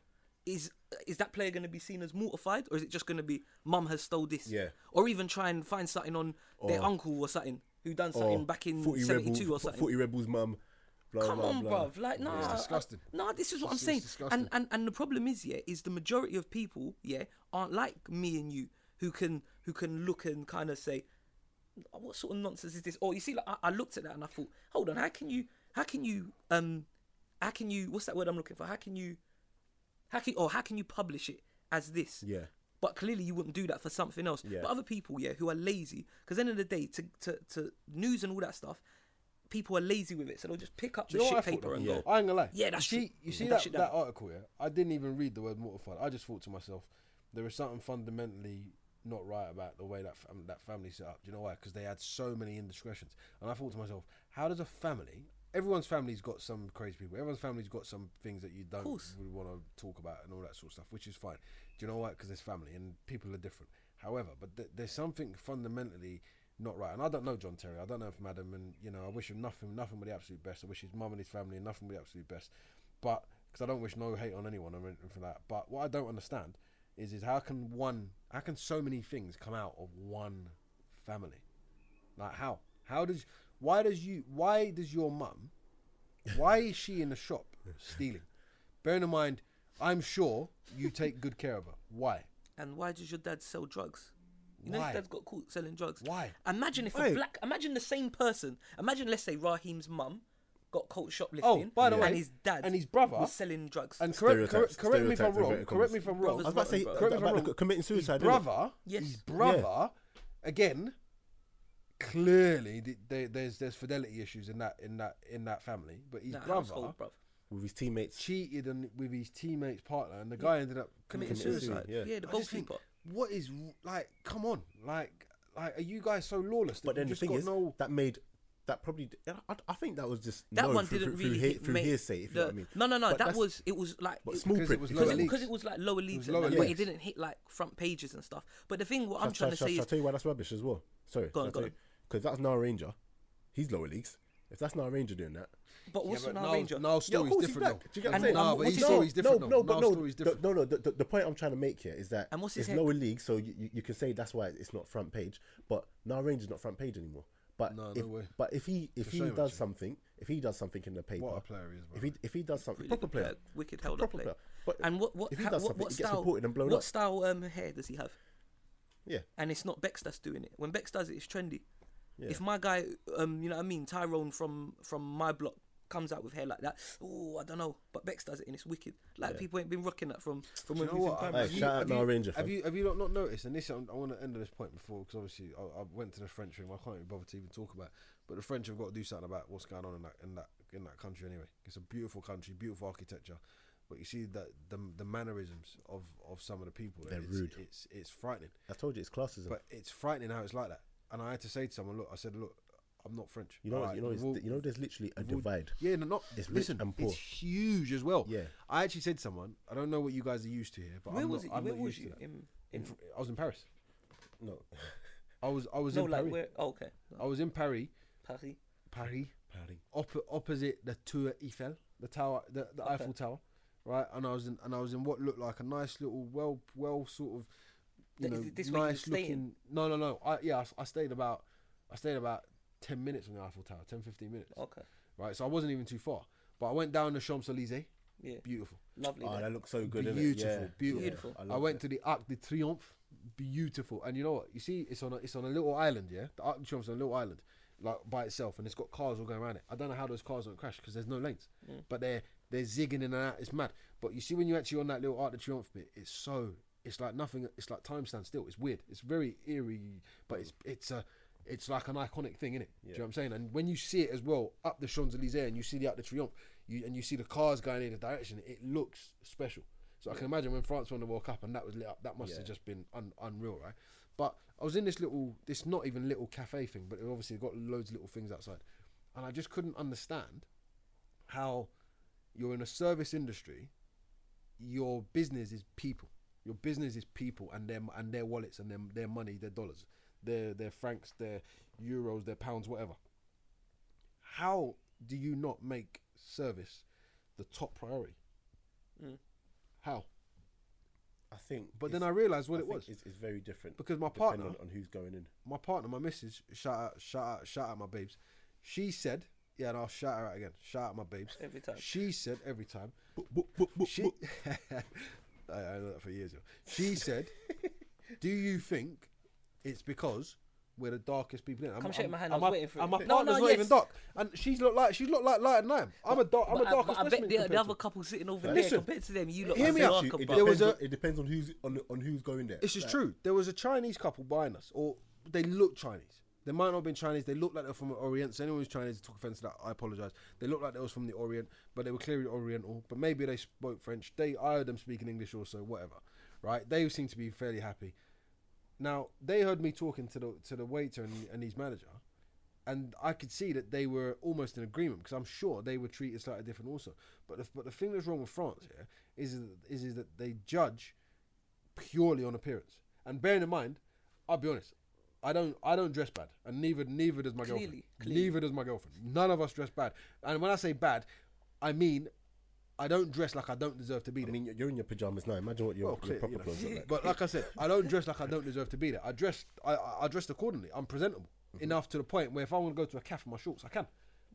is is that player going to be seen as mortified, or is it just going to be mum has stole this? Yeah. Or even try and find something on their uncle or something who done Oh, something back in Footy seventy two Rebel- or something. Footy rebels mum. Blah, Come blah, on, blah. bruv. Like, nah. It's disgusting. I- nah, this is what It's- I'm saying. it's And, disgusting. and and the problem is, yeah, is the majority of people, yeah, aren't like me and you who can who can look and kind of say, what sort of nonsense is this? Or you see, like, I, I looked at that and I thought, hold on, how can you, how can you, um, how can you, what's that word I'm looking for? How can you, how can, or how can you publish it as this? Yeah. But clearly, you wouldn't do that for something else. Yeah. But other people, yeah, who are lazy, because end of the day, to, to to news and all that stuff, people are lazy with it, so they'll just pick up Do the you shit know what I thought paper though? and Yeah. go. I ain't gonna lie. Yeah, that's you see, shit. you Yeah, see that that, shit that, down. article. Yeah, I didn't even read the word mortified. I just thought to myself, there is something fundamentally not right about the way that fam- that family set up. Do you know why? Because they had so many indiscretions, and I thought to myself, how does a family? Everyone's family's got some crazy people. Everyone's family's got some things that you don't course. really want to talk about and all that sort of stuff, which is fine. Do you know why? Because there's family and people are different. However, but th- there's something fundamentally not right. And I don't know John Terry. I don't know if Madam and you know I wish him nothing, nothing but the absolute best. I wish his mum and his family nothing but the absolute best. But because I don't wish no hate on anyone or anything for that. But what I don't understand is is how can one, how can so many things come out of one family? Like how? How does? Why does you? Why does your mum? Why is she in the shop stealing? Bearing in mind, I'm sure you take good care of her. Why? And why does your dad sell drugs? You know Why? his dad's got caught selling drugs. Why? Imagine if Wait. a black. Imagine the same person. Imagine let's say Raheem's mum got caught shoplifting. Oh, by the way, and his dad and his brother was selling drugs. And correct, Stereotypes, correct, correct me if I'm stereotypes, wrong. inverted Correct commas. me if I'm I wrong. was about to say Brother's Uh, about brother. the co- committing suicide. his brother, Yes. his brother, again, clearly th- there- there's there's fidelity issues in that in that in that family. But his Nah, brother household, bruv. with his teammates. cheated and with his teammate's partner, and the guy ended up Committed committing suicide. suicide. yeah. Yeah, the I just think, goalkeeper. what is w- like? Come on, like, like, are you guys so lawless? That But then you the just thing got is, no. that made that probably. I, I think that was just That known one through, didn't through, really through, hea- hit, through made- hearsay. If you know the- what I mean. No, no, no. But that that's- was it was like But it- small Because it print. was if you know lower what I because mean. it, leagues. because it was like lower leagues, was and lower that, but it leagues. didn't hit like front pages and stuff. But the thing, what I'm Shall- trying to shall- say shall is I tell you why that's rubbish as well. Sorry, Go on, go on. Because that's Nara Ranger. He's lower leagues. If that's Nara Ranger doing that, But what's but an Niall- Ranger? Niall's Yeah, of story's course he's different. though. black. Do you get what I'm And- saying? nah, but No, but what's his his- story's different. No, though. no, but Niall's no, story's the- different. no, no. The, the, the point I'm trying to make here is that And what's his it's head- lower league, so you, you, you can say that's why it's not front page. But now Ranger's not front page anymore. But No, no if, way. but if he if a he shame, does actually. though. something, if he does something in the paper, What a player he is, by If the he if he does something, Really proper good player, wicked held up proper player. player. But and what what if he how- does what, something, what it gets style reported and blown what up. style um hair does he have? yeah, And it's not Bex that's doing it. When Bex does it, it's trendy. Yeah. If my guy, um, you know what I mean, Tyrone from from my block comes out with hair like that, oh, I don't know. But Bex does it and it's wicked. Like people ain't been rocking that from from Do when you we was know in what? primary Hey, you- school. shout out you, Niall Ranger, Have fam. you have you not, not noticed? And this, I'm, I want to end on this point before because obviously I, I went to the French room. I can't even bother to even talk about. it. But the French have got to do something about what's going on in that in that in that country anyway. It's a beautiful country, beautiful architecture, but you see that the the mannerisms of of some of the people. They're it's, rude. It's it's frightening. I told you it's classism. But it's frightening how it's like that. And I had to say to someone, look, I said, look, I'm not French. you know, Alright, you know, we'll- it's, you know, there's literally a divide. yeah, no, not It's rich listen. and poor. It's huge as well. Yeah. I actually said to someone, I don't know what you guys are used to here, but Where I'm was not, it? I'm Where not was used to you that. in? In, in Fr- I was in Paris. No, I was I was no, in like Paris. where? Oh, okay, I was in Paris, Paris. Paris, Paris. oppo- opposite the Tour Eiffel, the tower, the, the Okay. Eiffel Tower, right? And I was in and I was in what looked like a nice little, well, well, sort of, you Th- know, is it this where you nice were staying? looking. No, no, no. I yeah, I, s- I stayed about, I stayed about ten minutes on the Eiffel Tower, 10, 15 minutes, Okay, right? So I wasn't even too far, but I went down the Champs Elysees, yeah, beautiful. lovely. Oh, there. that looks so good. innit? Beautiful, Yeah. beautiful. Beautiful. I, I love went it. to the Arc de Triomphe, beautiful. And you know what? You see, it's on a it's on a little island, yeah. The Arc de Triomphe's on a little island, like by itself, and it's got cars all going around it. I don't know how those cars don't crash because there's no lanes, but they're they're zigging in and out. It's mad. But you see, when you're actually on that little Arc de Triomphe bit, it's so it's like nothing. It's like time stands still. It's weird. It's very eerie, but it's it's a it's like an iconic thing, innit? Do you know what I'm saying? And when you see it as well up the Champs Elysees and you see the Arc de Triomphe, you and you see the cars going in the direction, it looks special. So I can imagine when France won the World Cup and that was lit up, that must have just been un- unreal, right? But I was in this little, this not even little cafe thing, but it obviously got loads of little things outside, and I just couldn't understand how you're in a service industry, your business is people. Your business is people and their and their wallets and their their money, their dollars, their their francs, their euros, their pounds, whatever. How do you not make service the top priority? Mm. How? I think. But then Hmm. it's- I realised what it think was It's, it's very different because my depending partner, on, on who's going in. my partner, my missus, shout out, shout out, shout out, my babes. She said, yeah, and I'll shout her out again. Shout out, my babes. Every time. She said every time. She, Shit. I, I know that for years. yo. She said, "Do you think it's because we're the darkest people in?" I'm, Come shake my hand, I And was my- waiting for and it. my No, partner's no, not yes. even dark, and she's look like she's look like lighter than I am. I'm a dark. I'm But a I- but darkest I, bet Westman the, compared the other to- couple sitting over there Listen, compared to them, you look hear like me out. darker, It bruv. There was depends, on, a- it depends on who's on, on who's going there. This is Like, true. There was a Chinese couple buying us, or they looked Chinese. They might not have been Chinese. They looked like they were from the Orient. So anyone who's Chinese took offense to that. I apologize. They looked like they was from the Orient, but they were clearly Oriental. But maybe they spoke French. They I heard them speaking English also. Whatever, right? They seem to be fairly happy. Now they heard me talking to the to the waiter and, and his manager, and I could see that they were almost in agreement because I'm sure they were treated slightly different also. But the, but the thing that's wrong with France here is is is that they judge purely on appearance. And bearing in mind, I'll be honest, I don't I don't dress bad, and neither neither does my girlfriend. Clearly, clearly. Neither does my girlfriend. None of us dress bad. And when I say bad, I mean I don't dress like I don't deserve to be I there. mean, you're- you're in your pajamas now. Imagine what your, Well, your clear- proper you know. clothes look like. But like I said, I don't dress like I don't deserve to be there. I dress, I, I I dressed accordingly. I'm presentable enough to the point where if I want to go to a cafe in my shorts, I can.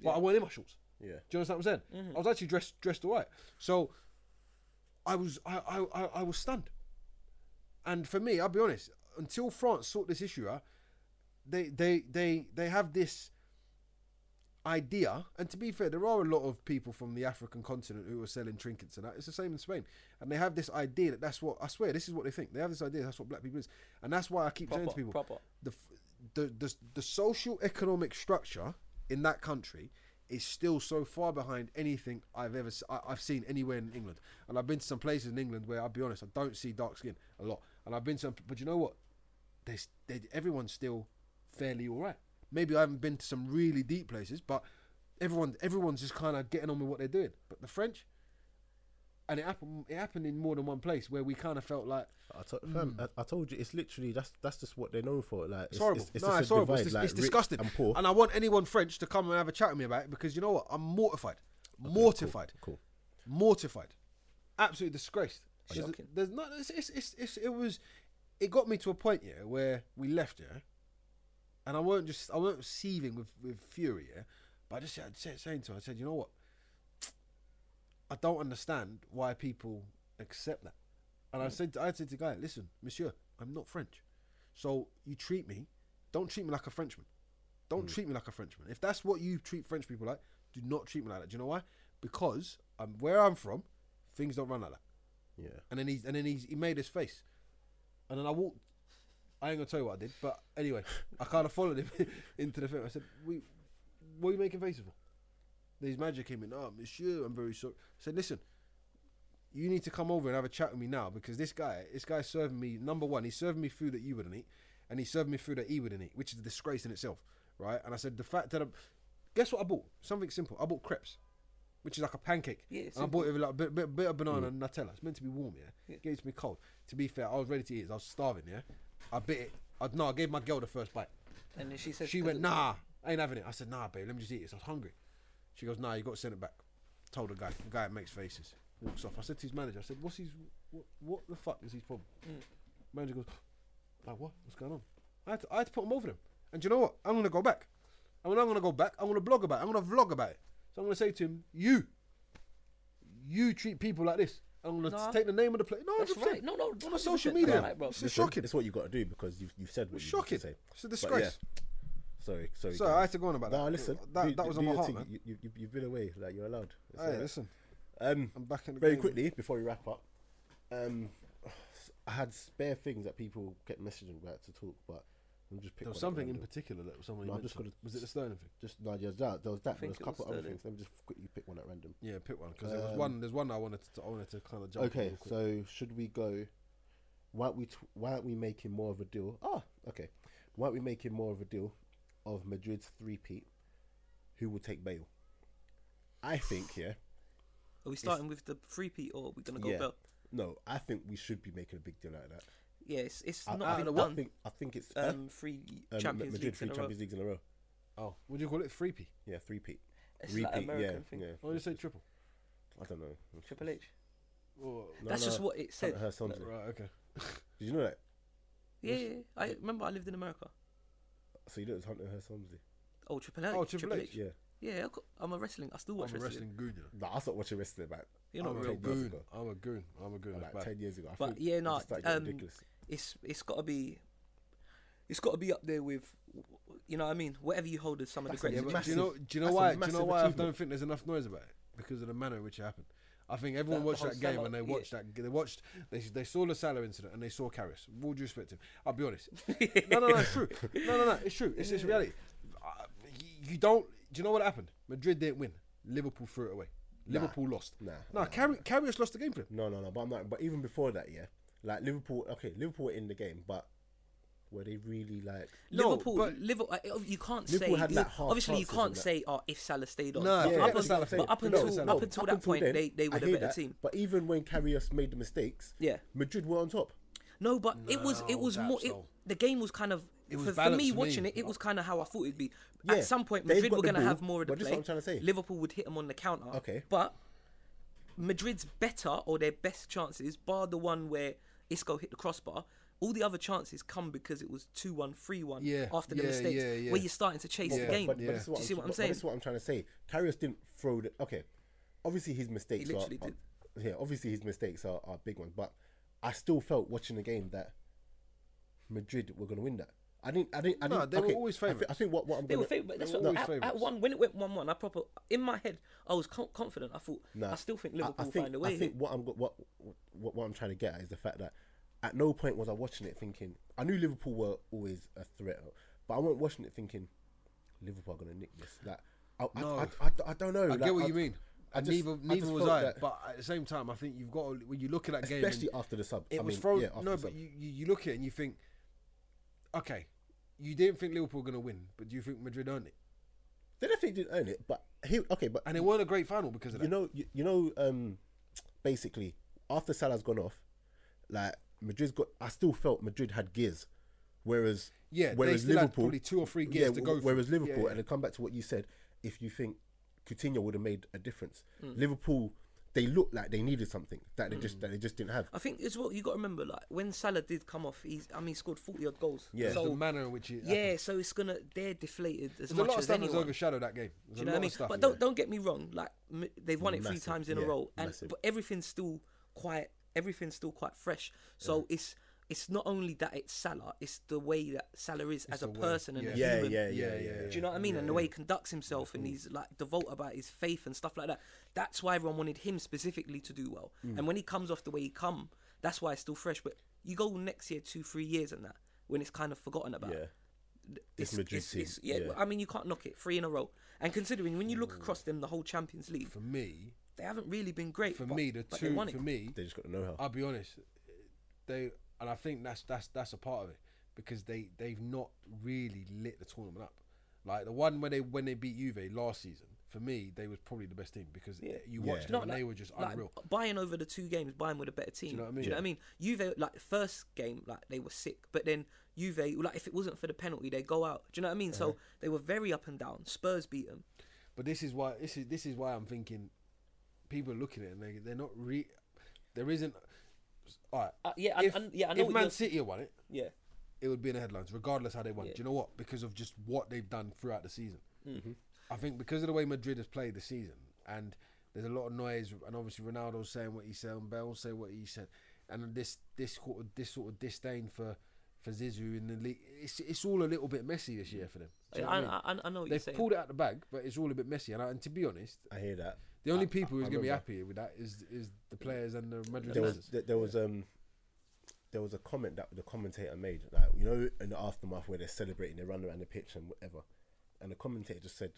But I weren't in my shorts. Mm-hmm. Yeah. Do you understand what I'm saying? I was actually dressed dressed alright. So I was I, I, I, I was stunned. And for me, I'll be honest, until France sort this issue out, they they they they have this idea and to be fair there are a lot of people from the african continent who are selling trinkets and that it's the same in spain and they have this idea that that's what i swear this is what they think they have this idea that's what black people is and that's why i keep saying to Proper, people proper. the f- the the, the social economic structure in that country is still so far behind anything I've ever s- I, have seen anywhere in England. And I've been to some places in England where I'll be honest, I don't see dark skin a lot. And I've been to some, but you know what? There's they, everyone's still fairly all right. Maybe I haven't been to some really deep places, but everyone everyone's just kind of getting on with what they're doing. But the French. And it happened. It happened in more than one place where we kind of felt like, I, to- fam, I, I told you, it's literally that's that's just what they're known for. Like, It's horrible. no, just a it's horrible. divide, it's, dis- like, it's rich disgusting. And poor. I want anyone French to come and have a chat with me about it because you know what? I'm mortified. Mortified. cool. Mortified. Absolutely disgraced. There's, Shocking. there's not. It's, it's, it's, it's, it was. It got me to a point here where we left here, and I weren't just. I weren't seething with, with fury here, but I just said, said saying to her, I said, you know what? I don't understand why people accept that. And I said, I said to the guy, listen, monsieur, I'm not French. So you treat me, don't treat me like a Frenchman. Don't treat me like a Frenchman. If that's what you treat French people like, do not treat me like that. Do you know why? Because I'm where I'm from, things don't run like that. Yeah. And then he's and then he's, he made his face, and then I walked. I ain't gonna tell you what I did, but anyway, I kind of followed him into the thing. I said, "We, what are you making faces for?" Then His manager came in. Oh, monsieur, I'm very sorry. I said, "Listen, you need to come over and have a chat with me now because this guy, this guy's serving me number one. He's serving me food that you wouldn't eat, and he's serving me food that he wouldn't eat, which is a disgrace in itself, right?" And I said, "The fact that I'm, guess what I bought? Something simple. I bought crepes, which is like a pancake. Yeah, it's and I bought it with like a bit, bit, bit of banana and Nutella. It's meant to be warm, yeah. Yeah. Gave it to me cold. To be fair, I was ready to eat. it. I was starving, yeah. I bit it. I, no, I gave my girl the first bite. And then she said, She went, nah, I ain't having it. I said, nah, babe, let me just eat this. I was hungry. She goes, nah, you got to send it back. Told the guy. The guy makes faces. Walks off. I said to his manager, I said, what's his, what, what the fuck is his problem? Mm. Manager goes, like what? What's going on? I had to, I had to put him over them. And do you know what? I'm gonna go back. And when I'm gonna go back, I'm gonna blog about it. I'm gonna vlog about it. So I'm gonna say to him, you, you treat people like this. I'm gonna Nah. take the name of the place. No, That's 100%. right. No, no, On the social 100%. media. That's right, bro. This is Listen, shocking. It's what you got to do because you've you've said what you shocking. need to say. It's a But disgrace. yeah. Sorry, sorry. So I guys. had to go on about that. Nah, listen. That, do- that do- was do on my your heart, thing. man. You, you, you've- you've been away. Like you're allowed. It's Hey, alright. listen, Um, I'm back in the very game. quickly before we wrap up. Um, I had spare things that people kept messaging about to talk, but I'm just picking There was something in particular that someone No, I've mentioned. just got a- was it the Sterling thing? Just no, there's that. There was that. There was think a it was couple other Sterling. things. Let me just quickly pick one at random. Yeah, pick one because there was Um, one. There's one I wanted to. I wanted to kind of jump. on Okay, real quick. so should we go? Why aren't we? T- why aren't we making more of a deal? Ah, okay. Why aren't we making more of a deal of Madrid's three-peat? Who will take bail? I think yeah, Are we starting with the three P or are we gonna go yeah. Bell? No, I think we should be making a big deal out of that. Yeah, it's, it's I, not I, been I done. think I think it's uh, um, three um, Champions Madrid Leagues three in a row. Champions leagues in a row. oh, what do you call it? Three P. Yeah, three-peat. It's like American yeah, thing. yeah. Or did you say triple? I don't know. Triple H. Or, No, That's no, just what it Hunter said. Hearst Thompson. right. Okay. Did you know that? Yeah, yeah, yeah. I remember I lived in America. So you know it was Hunter Hearst Thompson. Oh, Triple H. Oh, Triple H. Yeah. Yeah, I co- I'm a wrestling. I still watch I'm a wrestling. wrestling goon. You know. Nah, I stopped watching wrestling about You're not I'm Take a real. that. years goon. ago. I'm a goon. I'm a goon. That's like bad. ten years ago. I But thought yeah, it no, just started getting um, ridiculous. It's it's got to be. It's got to be up there with, you know what I mean. Whatever you hold as some of the That's a greatest. yeah, it's but do you know? massive- Do you know that's a why? Do you know massive why I achievement. don't think there's enough noise about it because of the manner in which it happened. I think everyone That- the watched whole that game Salah, and they yeah. watched that. They watched. They, they saw the Salah incident and they saw Karras. With All due respect to him, I'll be honest. no, no, no, it's true. No, no, no, it's true. It's, it's reality. Uh, you- you don't. Do you know what happened? Madrid didn't win. Liverpool threw it away. Liverpool lost. Nah. nah. Carri- Carrius lost the game for him. No, no, no. But I'm not. But even before that, yeah, like Liverpool. Okay, Liverpool were in the game, but were they really like? No, Liverpool, but- Liverpool. uh, You can't Liverpool say. had, like, you- half obviously, you chances in can't that. say, "Oh, if Salah stayed on." No, But yeah, up yeah, un- Salah but stayed. up No, until Salah. up until that until point, then, they they I were the hear better that, team. But even when Carrius made the mistakes, Yeah. Madrid were on top. No, but it was it No, was that's more. It, all. the game was kind of It was for, for balanced me to me. watching it. It was kind of how I thought it'd be. Yeah, At some point, they've Madrid got were the going to ball, have more of the but this is play. what I'm trying to say. Liverpool would hit them on the counter. Okay. but Madrid's better or their best chances, bar the one where Isco hit the crossbar. All the other chances come because it was 2 1, 3 1 Yeah, after the yeah, mistakes yeah, yeah. where you're starting to chase the But- game. But, but this is Do you see what I'm but- but saying? this is what I'm trying to say. Carrius didn't throw the. Okay, obviously his mistakes are, literally did. are- Yeah, obviously his mistakes are, are big ones, but I still felt watching the game that Madrid were going to win that. I didn't. I didn't. I No, didn't they were okay, always I thi- I, favourites. think what, what I'm They going were favourite. but That's what, always at, at favourites. one when it went one one, I proper in my head I was con- confident. I thought Nah. I still think I- Liverpool I think, find a way. I here. think what I'm go- what, what what I'm trying to get at is the fact that at no point was I watching it thinking I knew Liverpool were always a threat, but I wasn't watching it thinking Liverpool are going to nick this. Like I, No. I, I, I- I don't know. I get what you mean. And neither, neither was I. But But at the same time, I think you've got to, when you look at that game, especially and after the sub, it I was mean, thrown. yeah, after no, the but sub. you, you you look at it and you think, okay, you didn't think Liverpool were going to win, but do you think Madrid earned it? they definitely didn't earn it. But he okay, but And it weren't a great final because of that. you know, you, you know, um, basically after Salah's gone off, like Madrid's got. I still felt Madrid had gears, whereas Yeah, they whereas still had Liverpool probably two or three gears to go wh- Whereas through. Yeah, Liverpool, yeah. and to come back to what you said, if you think Coutinho would have made a difference, Liverpool they looked like they needed something that they Mm. just that they just didn't have. I think it's what you got to remember. Like when Salah did come off, he's I mean he scored forty odd goals. Yeah. It's so the manner in which it happened. yeah, so it's gonna they're deflated as There's a much lot of as stuff that's anyone. overshadowed that game. Do There's you a know lot what I mean? of stuff. but yeah. don't don't get me wrong. Like m- they've won it three Massive, times in yeah, a row, and massive. but everything's still quite. Everything's still quite fresh. So it's it's not only that it's Salah, it's the way that Salah is as a the way, person and a Yeah, human. yeah, yeah, yeah, Yeah, yeah, Mm-hmm. yeah. Do you know what I mean? and the way he conducts himself and he's like devout about his faith and stuff like that. That's why everyone wanted him specifically to do well. Mm. And when he comes off the way he come, that's why it's still fresh. But you go next year, two, three years and that, when it's kind of forgotten about. Yeah. It's, Madrid team, yeah, yeah. I mean you can't knock it, three in a row. And considering when you Mm. look across them the whole Champions League, For me, they haven't really been great. for but- me, the but they two. won it. For me, They just got to know how. I'll be honest. They and I think that's that's that's a part of it because they they've not really lit the tournament up. Like the one where they when they beat Juve last season, for me they was probably the best team because you watched Yeah. them No, and like- they were just like, unreal. Bayern over the two games, Bayern were the better team. Do you know what I mean? you know what I mean? Juve, like first game, like they were sick, but then Juve, like if it wasn't for the penalty, they go out. Do you know what I mean? Uh-huh. So they were very up and down. Spurs beat them. But this is why this is this is why I'm thinking people are looking at it and they they're not re there isn't. All right. Uh, yeah, and- if, and- yeah, I know if what Man you're- City had won it, Yeah, it would be in the headlines, regardless how they won. Do you know what? Because of just what they've done throughout the season. Mm-hmm. I think because of the way Madrid has played the season, and there's a lot of noise, and obviously Ronaldo's saying what he said, and Bale say what he said, and this this sort of, this sort of disdain for for Zizou in the league, it's it's all a little bit messy this year for them. Do I, you know what I mean? I, I, I know what you're They've saying. pulled it out the bag, but it's all a bit messy. And, I, and to be honest, I hear that. the only I- people I- who's I going to be remember. happy with that is is the players and the Madrid there was fans. there, there was um there was a comment that the commentator made like you know in the aftermath where they're celebrating they run around the pitch and whatever and the commentator just said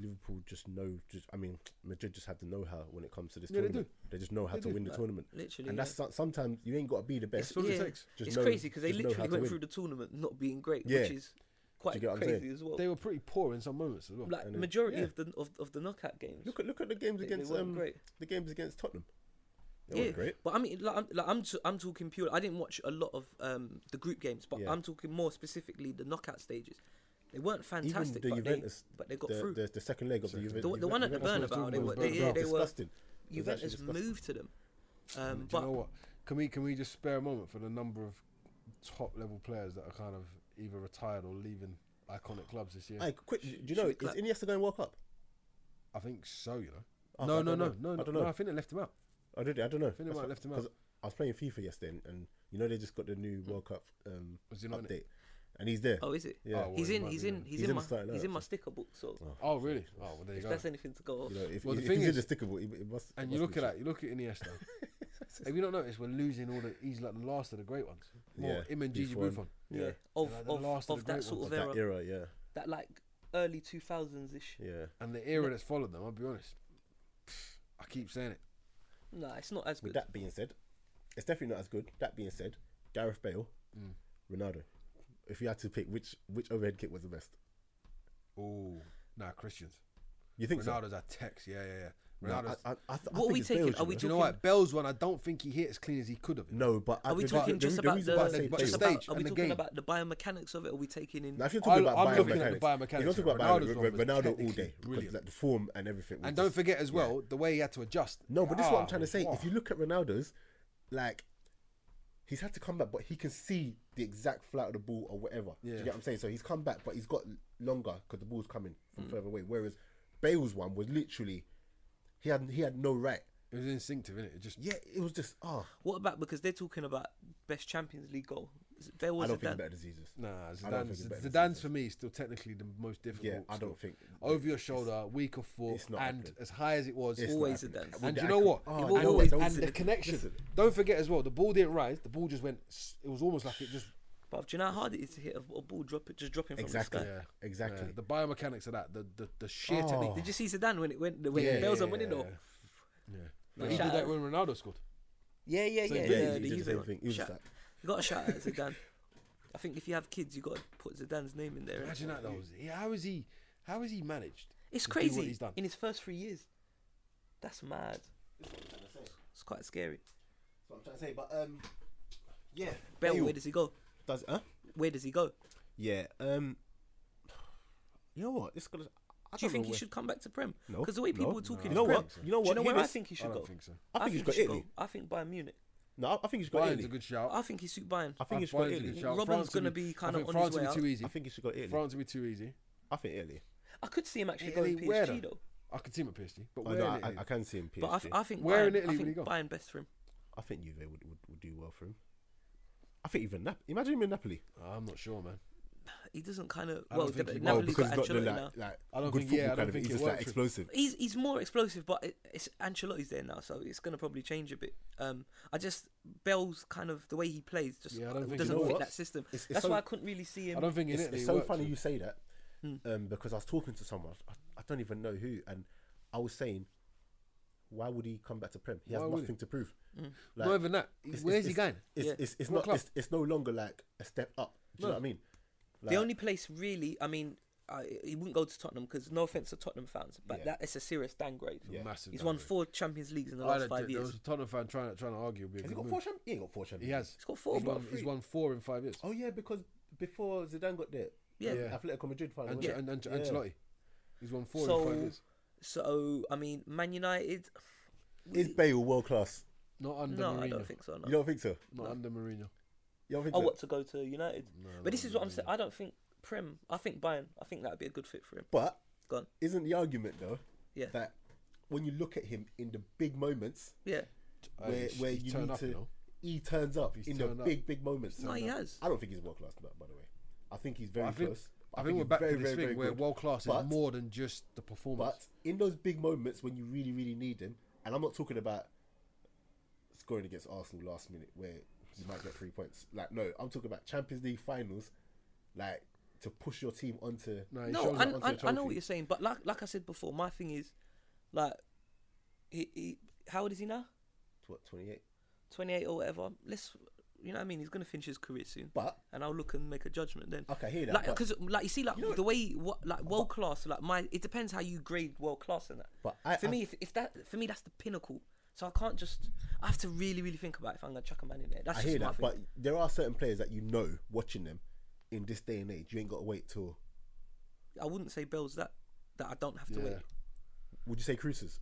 Liverpool just know just I mean Madrid just have the know how when it comes to this Yeah, they tournament they, just know how to win the tournament literally, and that's so- sometimes you ain't got to be the best It's all it yeah. takes. Just it's know- crazy because they just know how literally to went win. through the tournament not being great, Yeah. which is quite get what I'm crazy saying? as well. They were pretty poor in some moments as well. like majority yeah. of the of, of the knockout games. look at look at the games They- they against weren't um, great. the games against Tottenham they yeah, weren't great but I mean, like, I'm, like, I'm, t- I'm talking pure. I didn't watch a lot of um, the group games, but Yeah. I'm talking more specifically the knockout stages. They weren't even the fantastic, but, Juventus they, but they got the, through. the, the second leg of the, Juve- The- the one at the Juventus Bernabeu, they was were- they- yeah, they were- disgusting. It was actually Juventus disgusting. moved to them, um, Do but you know what? Can we can we just spare a moment for the number of top level players that are kind of either retired or leaving iconic clubs this year? Hey, I, quick, do you know is should clap. Iniesta going World Cup? think so. You know. Oh, no, I no, don't no, know. no, I no, don't no. know. I think they left him out. I did. I don't know. think they That's might what- left him 'cause out. Hmm. I was playing FIFA yesterday, and, and you know they just got the new World Cup um, Was United? update, and he's there. Oh, is it? Yeah. Oh, he's well, in. it He's might in. be, He's He's in in my. the starting He's in lineup, my sticker book. So Oh really? Oh well, there you if go. that's anything to go off. You know, if, Well, the if, if thing he's is- indistickable, it, it must. and it must you look be at that. You look at Iniesta. Have you not noticed we're losing all the? He's like the last of the great ones. More Yeah, him and each Gigi one. Buffon. Yeah. Yeah. Of Yeah, like the of, last of of that the great true. sort ones. of Of era. that era, yeah, That like early two thousands ish. yeah. And the era that's followed them. I'll be honest. I keep saying it. Nah, it's not as With good. that being said, it's definitely not as good. That being said, Gareth Bale, Hmm. Ronaldo. If you had to pick which which overhead kick was the best, Oh, nah, Christians. you think so? Ronaldo's our text. Yeah, yeah, yeah. No, Ronaldo's. I, I, I, th- I What are think we it's taking? Bale's, Are we you do you know? know talking- what? Bell's one. I don't think he hit as clean as he could have. No, but Are we but- talking the- just the about reason why I the- say but Bale- the Just about, stage are we and the talking game. about the biomechanics of it? Are we taking in? Now, if you're talking I- about I'm looking at the biomechanics, biomechanics you're not talking here. about Ronaldo, Ronaldo's one was Ronaldo all technically day, 'cause, brilliant. like the form and everything. was And just- don't forget as well the way he had to adjust. No, but this is what I'm trying Ah, to say. wow. If you look at Ronaldo's, like, he's had to come back, but he can see the exact flight of the ball or whatever. Do Yeah. you get what I'm saying? So he's come back, but he's got longer because the ball's coming Mm. from further away. Whereas Bale's one was literally, he had he had no right. it was instinctive, innit? It just Yeah, it was just oh, What about because they're talking about best Champions League goal? Is it- There I was don't think a better diseases. Nah, don't Zidane's, think it's better than Zidane's for me is still technically the most difficult. Yeah, I still. don't think- over your shoulder, weak of foot, it's not and happening. as high as it was, It's not Always happening. Zidane. With And the you know accur- what? Oh, It I will know, always- don't and say the that. connection. Listen, Don't forget as well, the ball didn't rise. The ball just went. s- It was almost like it just. But do you know how hard it is to hit a, a ball drop just dropping from Exactly. the sky? Yeah, Exactly. yeah, the biomechanics of that, the the, the sheer Oh. technique. Did you see Zidane when it went when Yeah, the bells yeah, are winning though? Yeah. Yeah. But he did Shout that out. when Ronaldo scored. Yeah, yeah, Same yeah. thing. the- Yeah, he the did the Juve same one. thing. He was Shout- that. You got to shout out Zidane. I think if you have kids, you got to put Zidane's name in there. innit? Imagine that though. He- How is he? How is he managed? It's to do what crazy. he's done? In his first three years, that's mad. It's quite scary. That's what I'm trying to say, but um, yeah. Bell, Bale where does he go? does huh? Where does he go? Yeah. Um. You know what? It's gonna. I Do you don't think know he where- should come back to Prem? No, Because the way no, people were talking, You know Prem, what? You know Do you what? know He where I was- think he I should don't go? think so. I think he's got he should Italy. go. I think Bayern Munich. No, I- I think he's got Bayern's a Italy. good shout. I think he suit Bayern. I think he's got Bayern's a good Italy. shout. Robben's France will gonna be- be I kinda think on his France way will be too out. easy. I think he's got Italy. France will be too easy. I think Italy. I could see him actually Italy, going where PSG though? though, I could see him at PSG, but Oh, where no, in I, Italy? I can see him PSG. but I, th- I think Where Bayern, in Italy I would think he go? Bayern best for him. I think Juve would, would, would do well for him. I think even Nap. Imagine him in Napoli. I'm not sure, man. He doesn't kind of don't well. think the- he will, Oh, Napoli's because got he's got the Ancelotti like, now. like I don't good think- yeah, football I don't kind of. He's think it just like works for him. explosive. He's he's more explosive, but it, it's Ancelotti's there now, so it's going to probably change a bit. Um, I just Bell's kind of the way he plays just Yeah, I don't think he doesn't knows. fit What? that system. It's- it's That's so- why I couldn't really see him. I don't think in It's, Italy. it's it Hmm. so works funny for you say that um, because I was talking to someone. I, I don't even know who, and I was saying, why would he come back to Prem? He has Why would he? Hmm. nothing to prove. Not even that. Where's he going? It's, Yeah. it's, it's What not. club? It's, it's no longer like a step up. Do you know what I mean? the only place really, I mean, I, he wouldn't go to Tottenham because no offense to Tottenham fans, but Yeah. that is a serious downgrade. Yeah. Massive He's won downgrade. four Champions Leagues in the I last had a- five There years. was a Tottenham fan trying, trying to argue. Would be a Has he good got move. four champions? He ain't got four champions. He has. He's got four, He's but won, he's three. won four in five years. Oh yeah, because before Zidane got there, Um, Yeah. Yeah. Atletico Madrid finally. and, won it. and, and Yeah. Ancelotti, he's won four in five So- years. So I mean, Man United. Is Bale world class? Not under No, Mourinho. I don't think so. No. You don't think so? Not under Mourinho. You Oh, don't think I so? want to go to United, but this is what I'm saying. I don't think Prem. I think Bayern. I think that'd be a good fit for him. But Gone. isn't the argument though Yeah. that when you look at him in the big moments Yeah. Uh, where he's- where he's you turned need up, to, you know. he turns up He's in the turned up. big big moments. No, he has. I don't think he's world class. no, By the way, I think he's very I think, close. I think we're he's back very, to this very, thing very where good. world class But- is more than just the performance. But in those big moments when you really, really need him, and I'm not talking about scoring against Arsenal last minute where you might get three points. Like, no, I'm talking about Champions League finals, like to push your team onto. No, It No, shows I, onto a I, I know what trophy. you're saying, but like like I said before, my thing is, like, he, he how old is he now? What, 28? Twenty eight or whatever. Let's, you know what I mean. He's gonna finish his career soon, But and I'll look and make a judgment then. Okay, I hear that, Like, but- because like you see, like You know- the way what like world class, like my it depends how you grade world class and that. But I- for I- me, if, if that for me that's the pinnacle. So I can't just. I have to really, really think about if I'm gonna chuck a man in there. That's I just hear my that. thing. But there are certain players that you know watching them in this day and age. You ain't got to wait till. I wouldn't say Bell's that that I don't have to Yeah. wait. Would you say Cruces?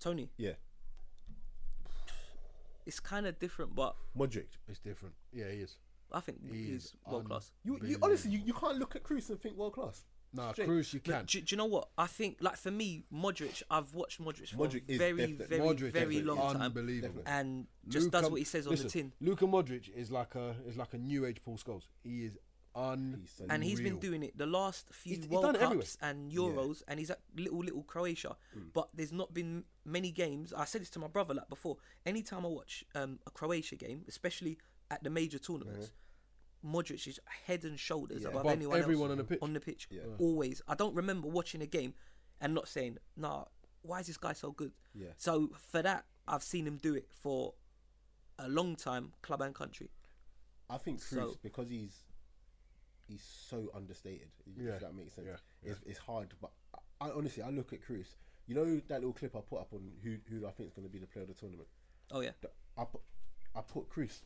Tony, Yeah. it's kind of different, but Modric. It's different. Yeah, he is. I think he's, He's world class. You, you honestly, you, you can't look at Cruz and think world class. Nah, Straight. Cruz, you But can. Do, do you know what I think? Like for me, Modric. I've watched Modric for Modric a is very, definite- very, Modric, very definitely. long time, unbelievable. and just Luka- does what he says on listen, the tin. Luka Modric is like a is like a new age Paul Scholes. He is on. He's so- and he's been Unreal. doing it the last few He's- he's World done it Cups everywhere. Mm. and Euros, and he's at little little Croatia. But there's not been many games. I said this to my brother like before. Anytime I watch um, a Croatia game, especially at the major tournaments, Modric is head and shoulders above, Uh-huh. Above anyone everyone else on the pitch. pitch, always. I don't remember watching a game and not saying, "Nah, why is this guy so good?" Yeah. So for that, I've seen him do it for a long time, club and country. I think Cruz So- because he's he's so understated. If Yeah, that makes sense. yeah, It's, it's hard, but I, I honestly I look at Cruz. You know that little clip I put up on who who I think is going to be the player of the tournament. Oh yeah. Th- I put I put Cruz.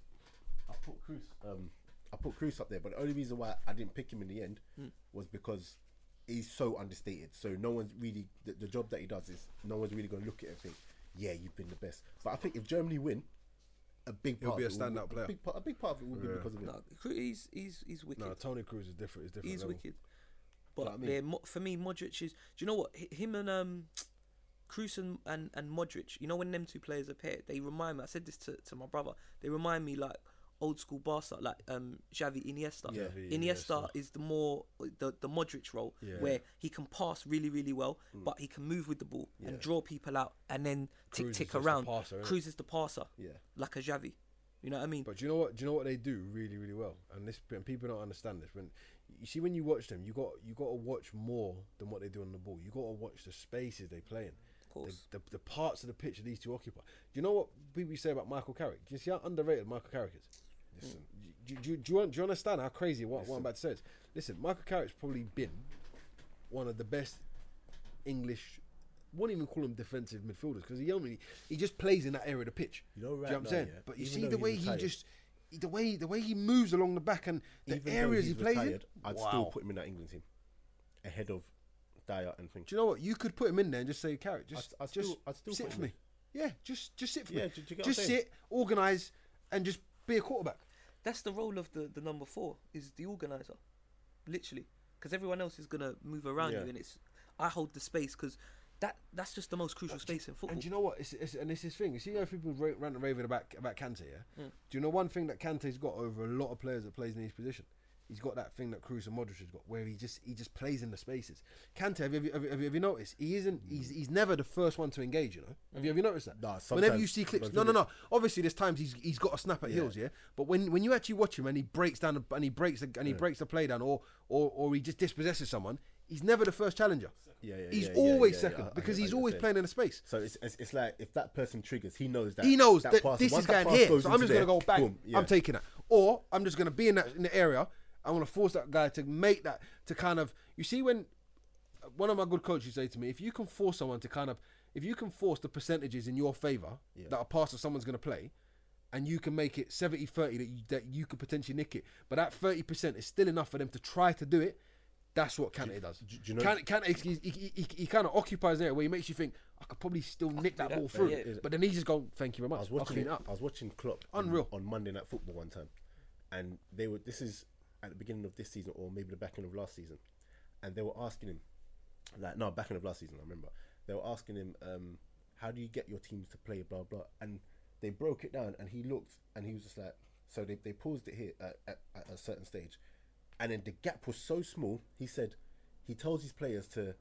I put Cruz. Um, I put Cruz up there, but the only reason why I didn't pick him in the end Hmm. was because he's so understated. So no one's really the, the job that he does is no one's really going to look at it and think, yeah, you've been the best. But I think if Germany win, a big He'll part be of a it will- standout player. A big, part, a big part of it will be because of him. No, he's he's he's wicked. No, Tony Cruz is different. It's different. He's level. wicked. But they're mo- for me, Modric is. Do you know what? H- Him and um, Cruz and, and and Modric. You know when them two players are paired, they remind me. I said this to, to my brother. They remind me like old school Barca, like um, Xavi Iniesta. Yeah. Xavi, Iniesta is the more the the Modric role Yeah. Mm. where he can pass really really well, but he can move with the ball and draw people out and then tick Cruz is tick just the around. passer, innit? Cruz is the passer. Yeah. Like a Xavi. You know what I mean? But do you know what? Do you know what they do really, really well? And this, and people don't understand this. When you see when you watch them, you got you got to watch more than what they do on the ball. You got to watch the spaces they play in. course. The, the, the parts of the pitch these two occupy. Do you know what people say about Michael Carrick? Do you see how underrated Michael Carrick is? Listen. Mm. Do, do, do, you, un- do you understand how crazy what, what I'm about to say is? Listen, Michael Carrick's probably been one of the best English. Won't even call him defensive midfielders because he only he just plays in that area of the pitch. You know, Do right what I'm now, saying? yeah, but you even see though the he's way he retired- just the way the way he moves along the back and the Even though areas he he's plays retired, in. I'd wow. still put him in that England team ahead of Dyer and things. Do you know what? You could put him in there and just say, "Carrot, just, I'd just still- I'd still sit put for him me." in. Yeah, just just sit for Yeah, me. do- do you get what I'm just saying? sit, organize, and just be a quarterback. that's the role of the, the number four is the organizer, literally, because everyone else is gonna move around Yeah. you, and it's I hold the space because that that's just the most crucial space in football. And do you know what? It's, it's, and it's this thing. You see how people ra- rant and raving about about Kante. Yeah. Do you know one thing that Kante's got over a lot of players that plays in his position? He's got that thing that Cruz and Modric has got, where he just he just plays in the spaces. Kante, have you, have you, have you, have you noticed? He isn't. He's, he's never the first one to engage. You know. Have you ever noticed that? Nah, Whenever sometimes you see clips, when no, no, people- no. Obviously, there's times he's he's got a snap at heels, yeah. But when when you actually watch him and he breaks down the- and he breaks the, and he breaks the play down, or or or he just dispossesses someone, he's never the first challenger. Yeah, yeah, He's yeah, yeah, always yeah, yeah. second I- I because get- I he's get always saying. playing in a space. So it's, it's it's like if that person triggers, he knows that he knows that, pass- this once is that going pass here, goes so I'm into just going to there, go bang. boom, yeah. I'm taking that, or I'm just going to be in that in the area. I want to force that guy to make that to kind of. You see, when one of my good coaches say to me, if you can force someone to kind of, if you can force the percentages in your favor that a pass that someone's going to play, and you can make it 70-30 that you, that you could potentially nick it, but that thirty percent is still enough for them to try to do it. That's what Kante does. do you know- Kante, Kante, he, he, he, he kind of occupies an area where he makes you think I could probably still nick that that, ball through, yeah. but then he's just going, "Thank you very much." I was I'll watching clean it, it up. I was watching Klopp Unreal. on, on Monday Night Football one time, and they were this is at the beginning of this season or maybe the back end of last season, and they were asking him, like no back end of last season I remember they were asking him, um, how do you get your teams to play blah blah, and they broke it down and he looked and he was just like so they they paused it here at, at, at a certain stage, and then the gap was so small he said he tells his players to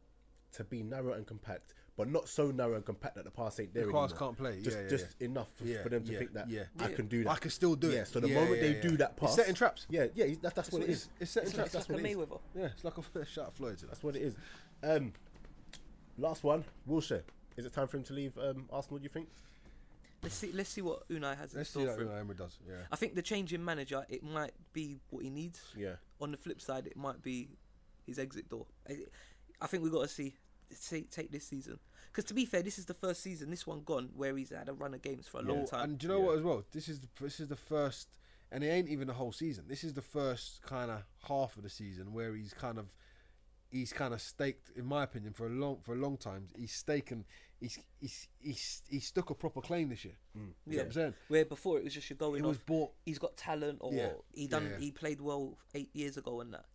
to be narrow and compact. But not so narrow and compact that the pass ain't there pass anymore. can't play, Just, yeah, yeah, just yeah. enough f- Yeah, for them to yeah, think that yeah. I Yeah. can do that. I can still do yeah, it. So the Yeah, moment yeah, they yeah. do that It's pass, setting traps. Yeah, yeah. That's, that's what it is. It's setting That's- traps. That's Like what a it is. Mayweather. Yeah, it's like a shot of Floyd. That's what it is. Um, last one, Wilshere. Is it time for him to leave um, Arsenal? Do you think? Let's see. Let's see what Unai has in Let's see store what for him. Unai Emery does. Yeah, I think the change in manager it might be what he needs. Yeah. On the flip side, it might be his exit door. I, I think we got to see, see take this season because to be fair, this is the first season, this one gone, where he's had a run of games for a long Well, time. And do you know what as well? This is the, this is the first, and it ain't even the whole season. This is the first kind of half of the season where he's kind of he's kind of staked, in my opinion, for a long for a long time. He's staken. He's he's he's he's stuck a proper claim this year. Mm. You know what I'm saying? Where before it was just you going It off. was bought. he's got talent, or Yeah. he done. Yeah, yeah. He played well eight years ago, and that.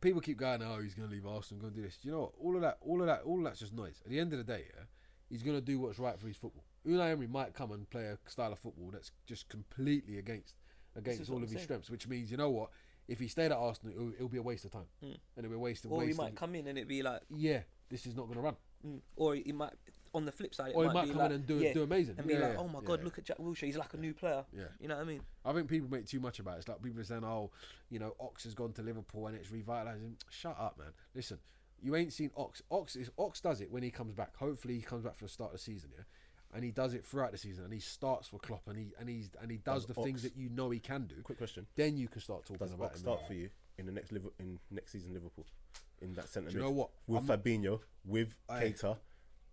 people keep going, oh, he's going to leave Arsenal, going to do this. Do you know what? All of that, all of that, all of that's just noise. At the end of the day, yeah, he's going to do what's right for his football. Unai Emery might come and play a style of football that's just completely against against is all what of I'm his saying. strengths, which means you know what? If he stayed at Arsenal, it'll, it'll be a waste of time, and it'll be a waste of Or he waste. Hmm. might of- come in and it'd be like, yeah, this is not going to run. mm. or he might, on the flip side, it Or he might be come in like, and do- yeah, do amazing. And be Yeah, like, yeah, oh my yeah, God, yeah. look at Jack Wilshere. He's like a new player. Yeah. You know what I mean? I think people make too much about it. It's like people are saying, "Oh, you know, Ox has gone to Liverpool and it's revitalising." Shut up, man. Listen, you ain't seen Ox. Ox is Ox does it when he comes back. Hopefully, he comes back for the start of the season, yeah, and he does it throughout the season. And he starts for Klopp, and he and he's and he does, Does the things Ox- that you know he can do. Quick question. Then you can start talking Does about Ox him. start for you in the next Liver- in next season Liverpool in that centre? Do you mid? know what? With Fabinho, with Aye. Keita,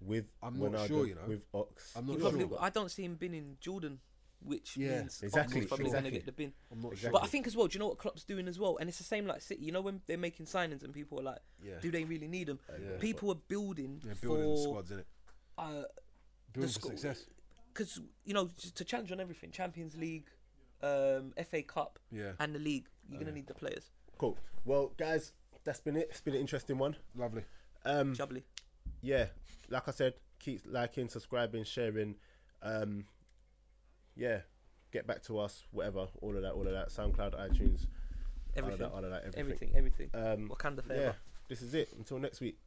with I'm not Ronaldo, sure, you know. with Ox. I'm He not probably, sure. I don't see him binning Jordan, which Yeah, means exactly, Oxford's probably going exactly. to get the bin. I'm not Exactly. sure. But I think as well, do you know what Klopp's doing as well? And it's the same like City. You know when they're making signings and people are like, Yeah. do they really need them? Yeah. People are building They're building the for squads in it, uh, building for squ- success. because you know to, to challenge on everything, Champions League, um, FA Cup, Yeah. and the league, you're gonna need the players. Cool. Well, guys, that's been it. It's been an interesting one. Lovely. Um, Jubbly. yeah, like I said, keep liking, subscribing, sharing. Um, yeah, get back to us, whatever, all of that, all of that. SoundCloud, iTunes, Everything. all of that, all of that, everything. everything, everything. Um, Wakanda yeah, forever. this is it. Until next week.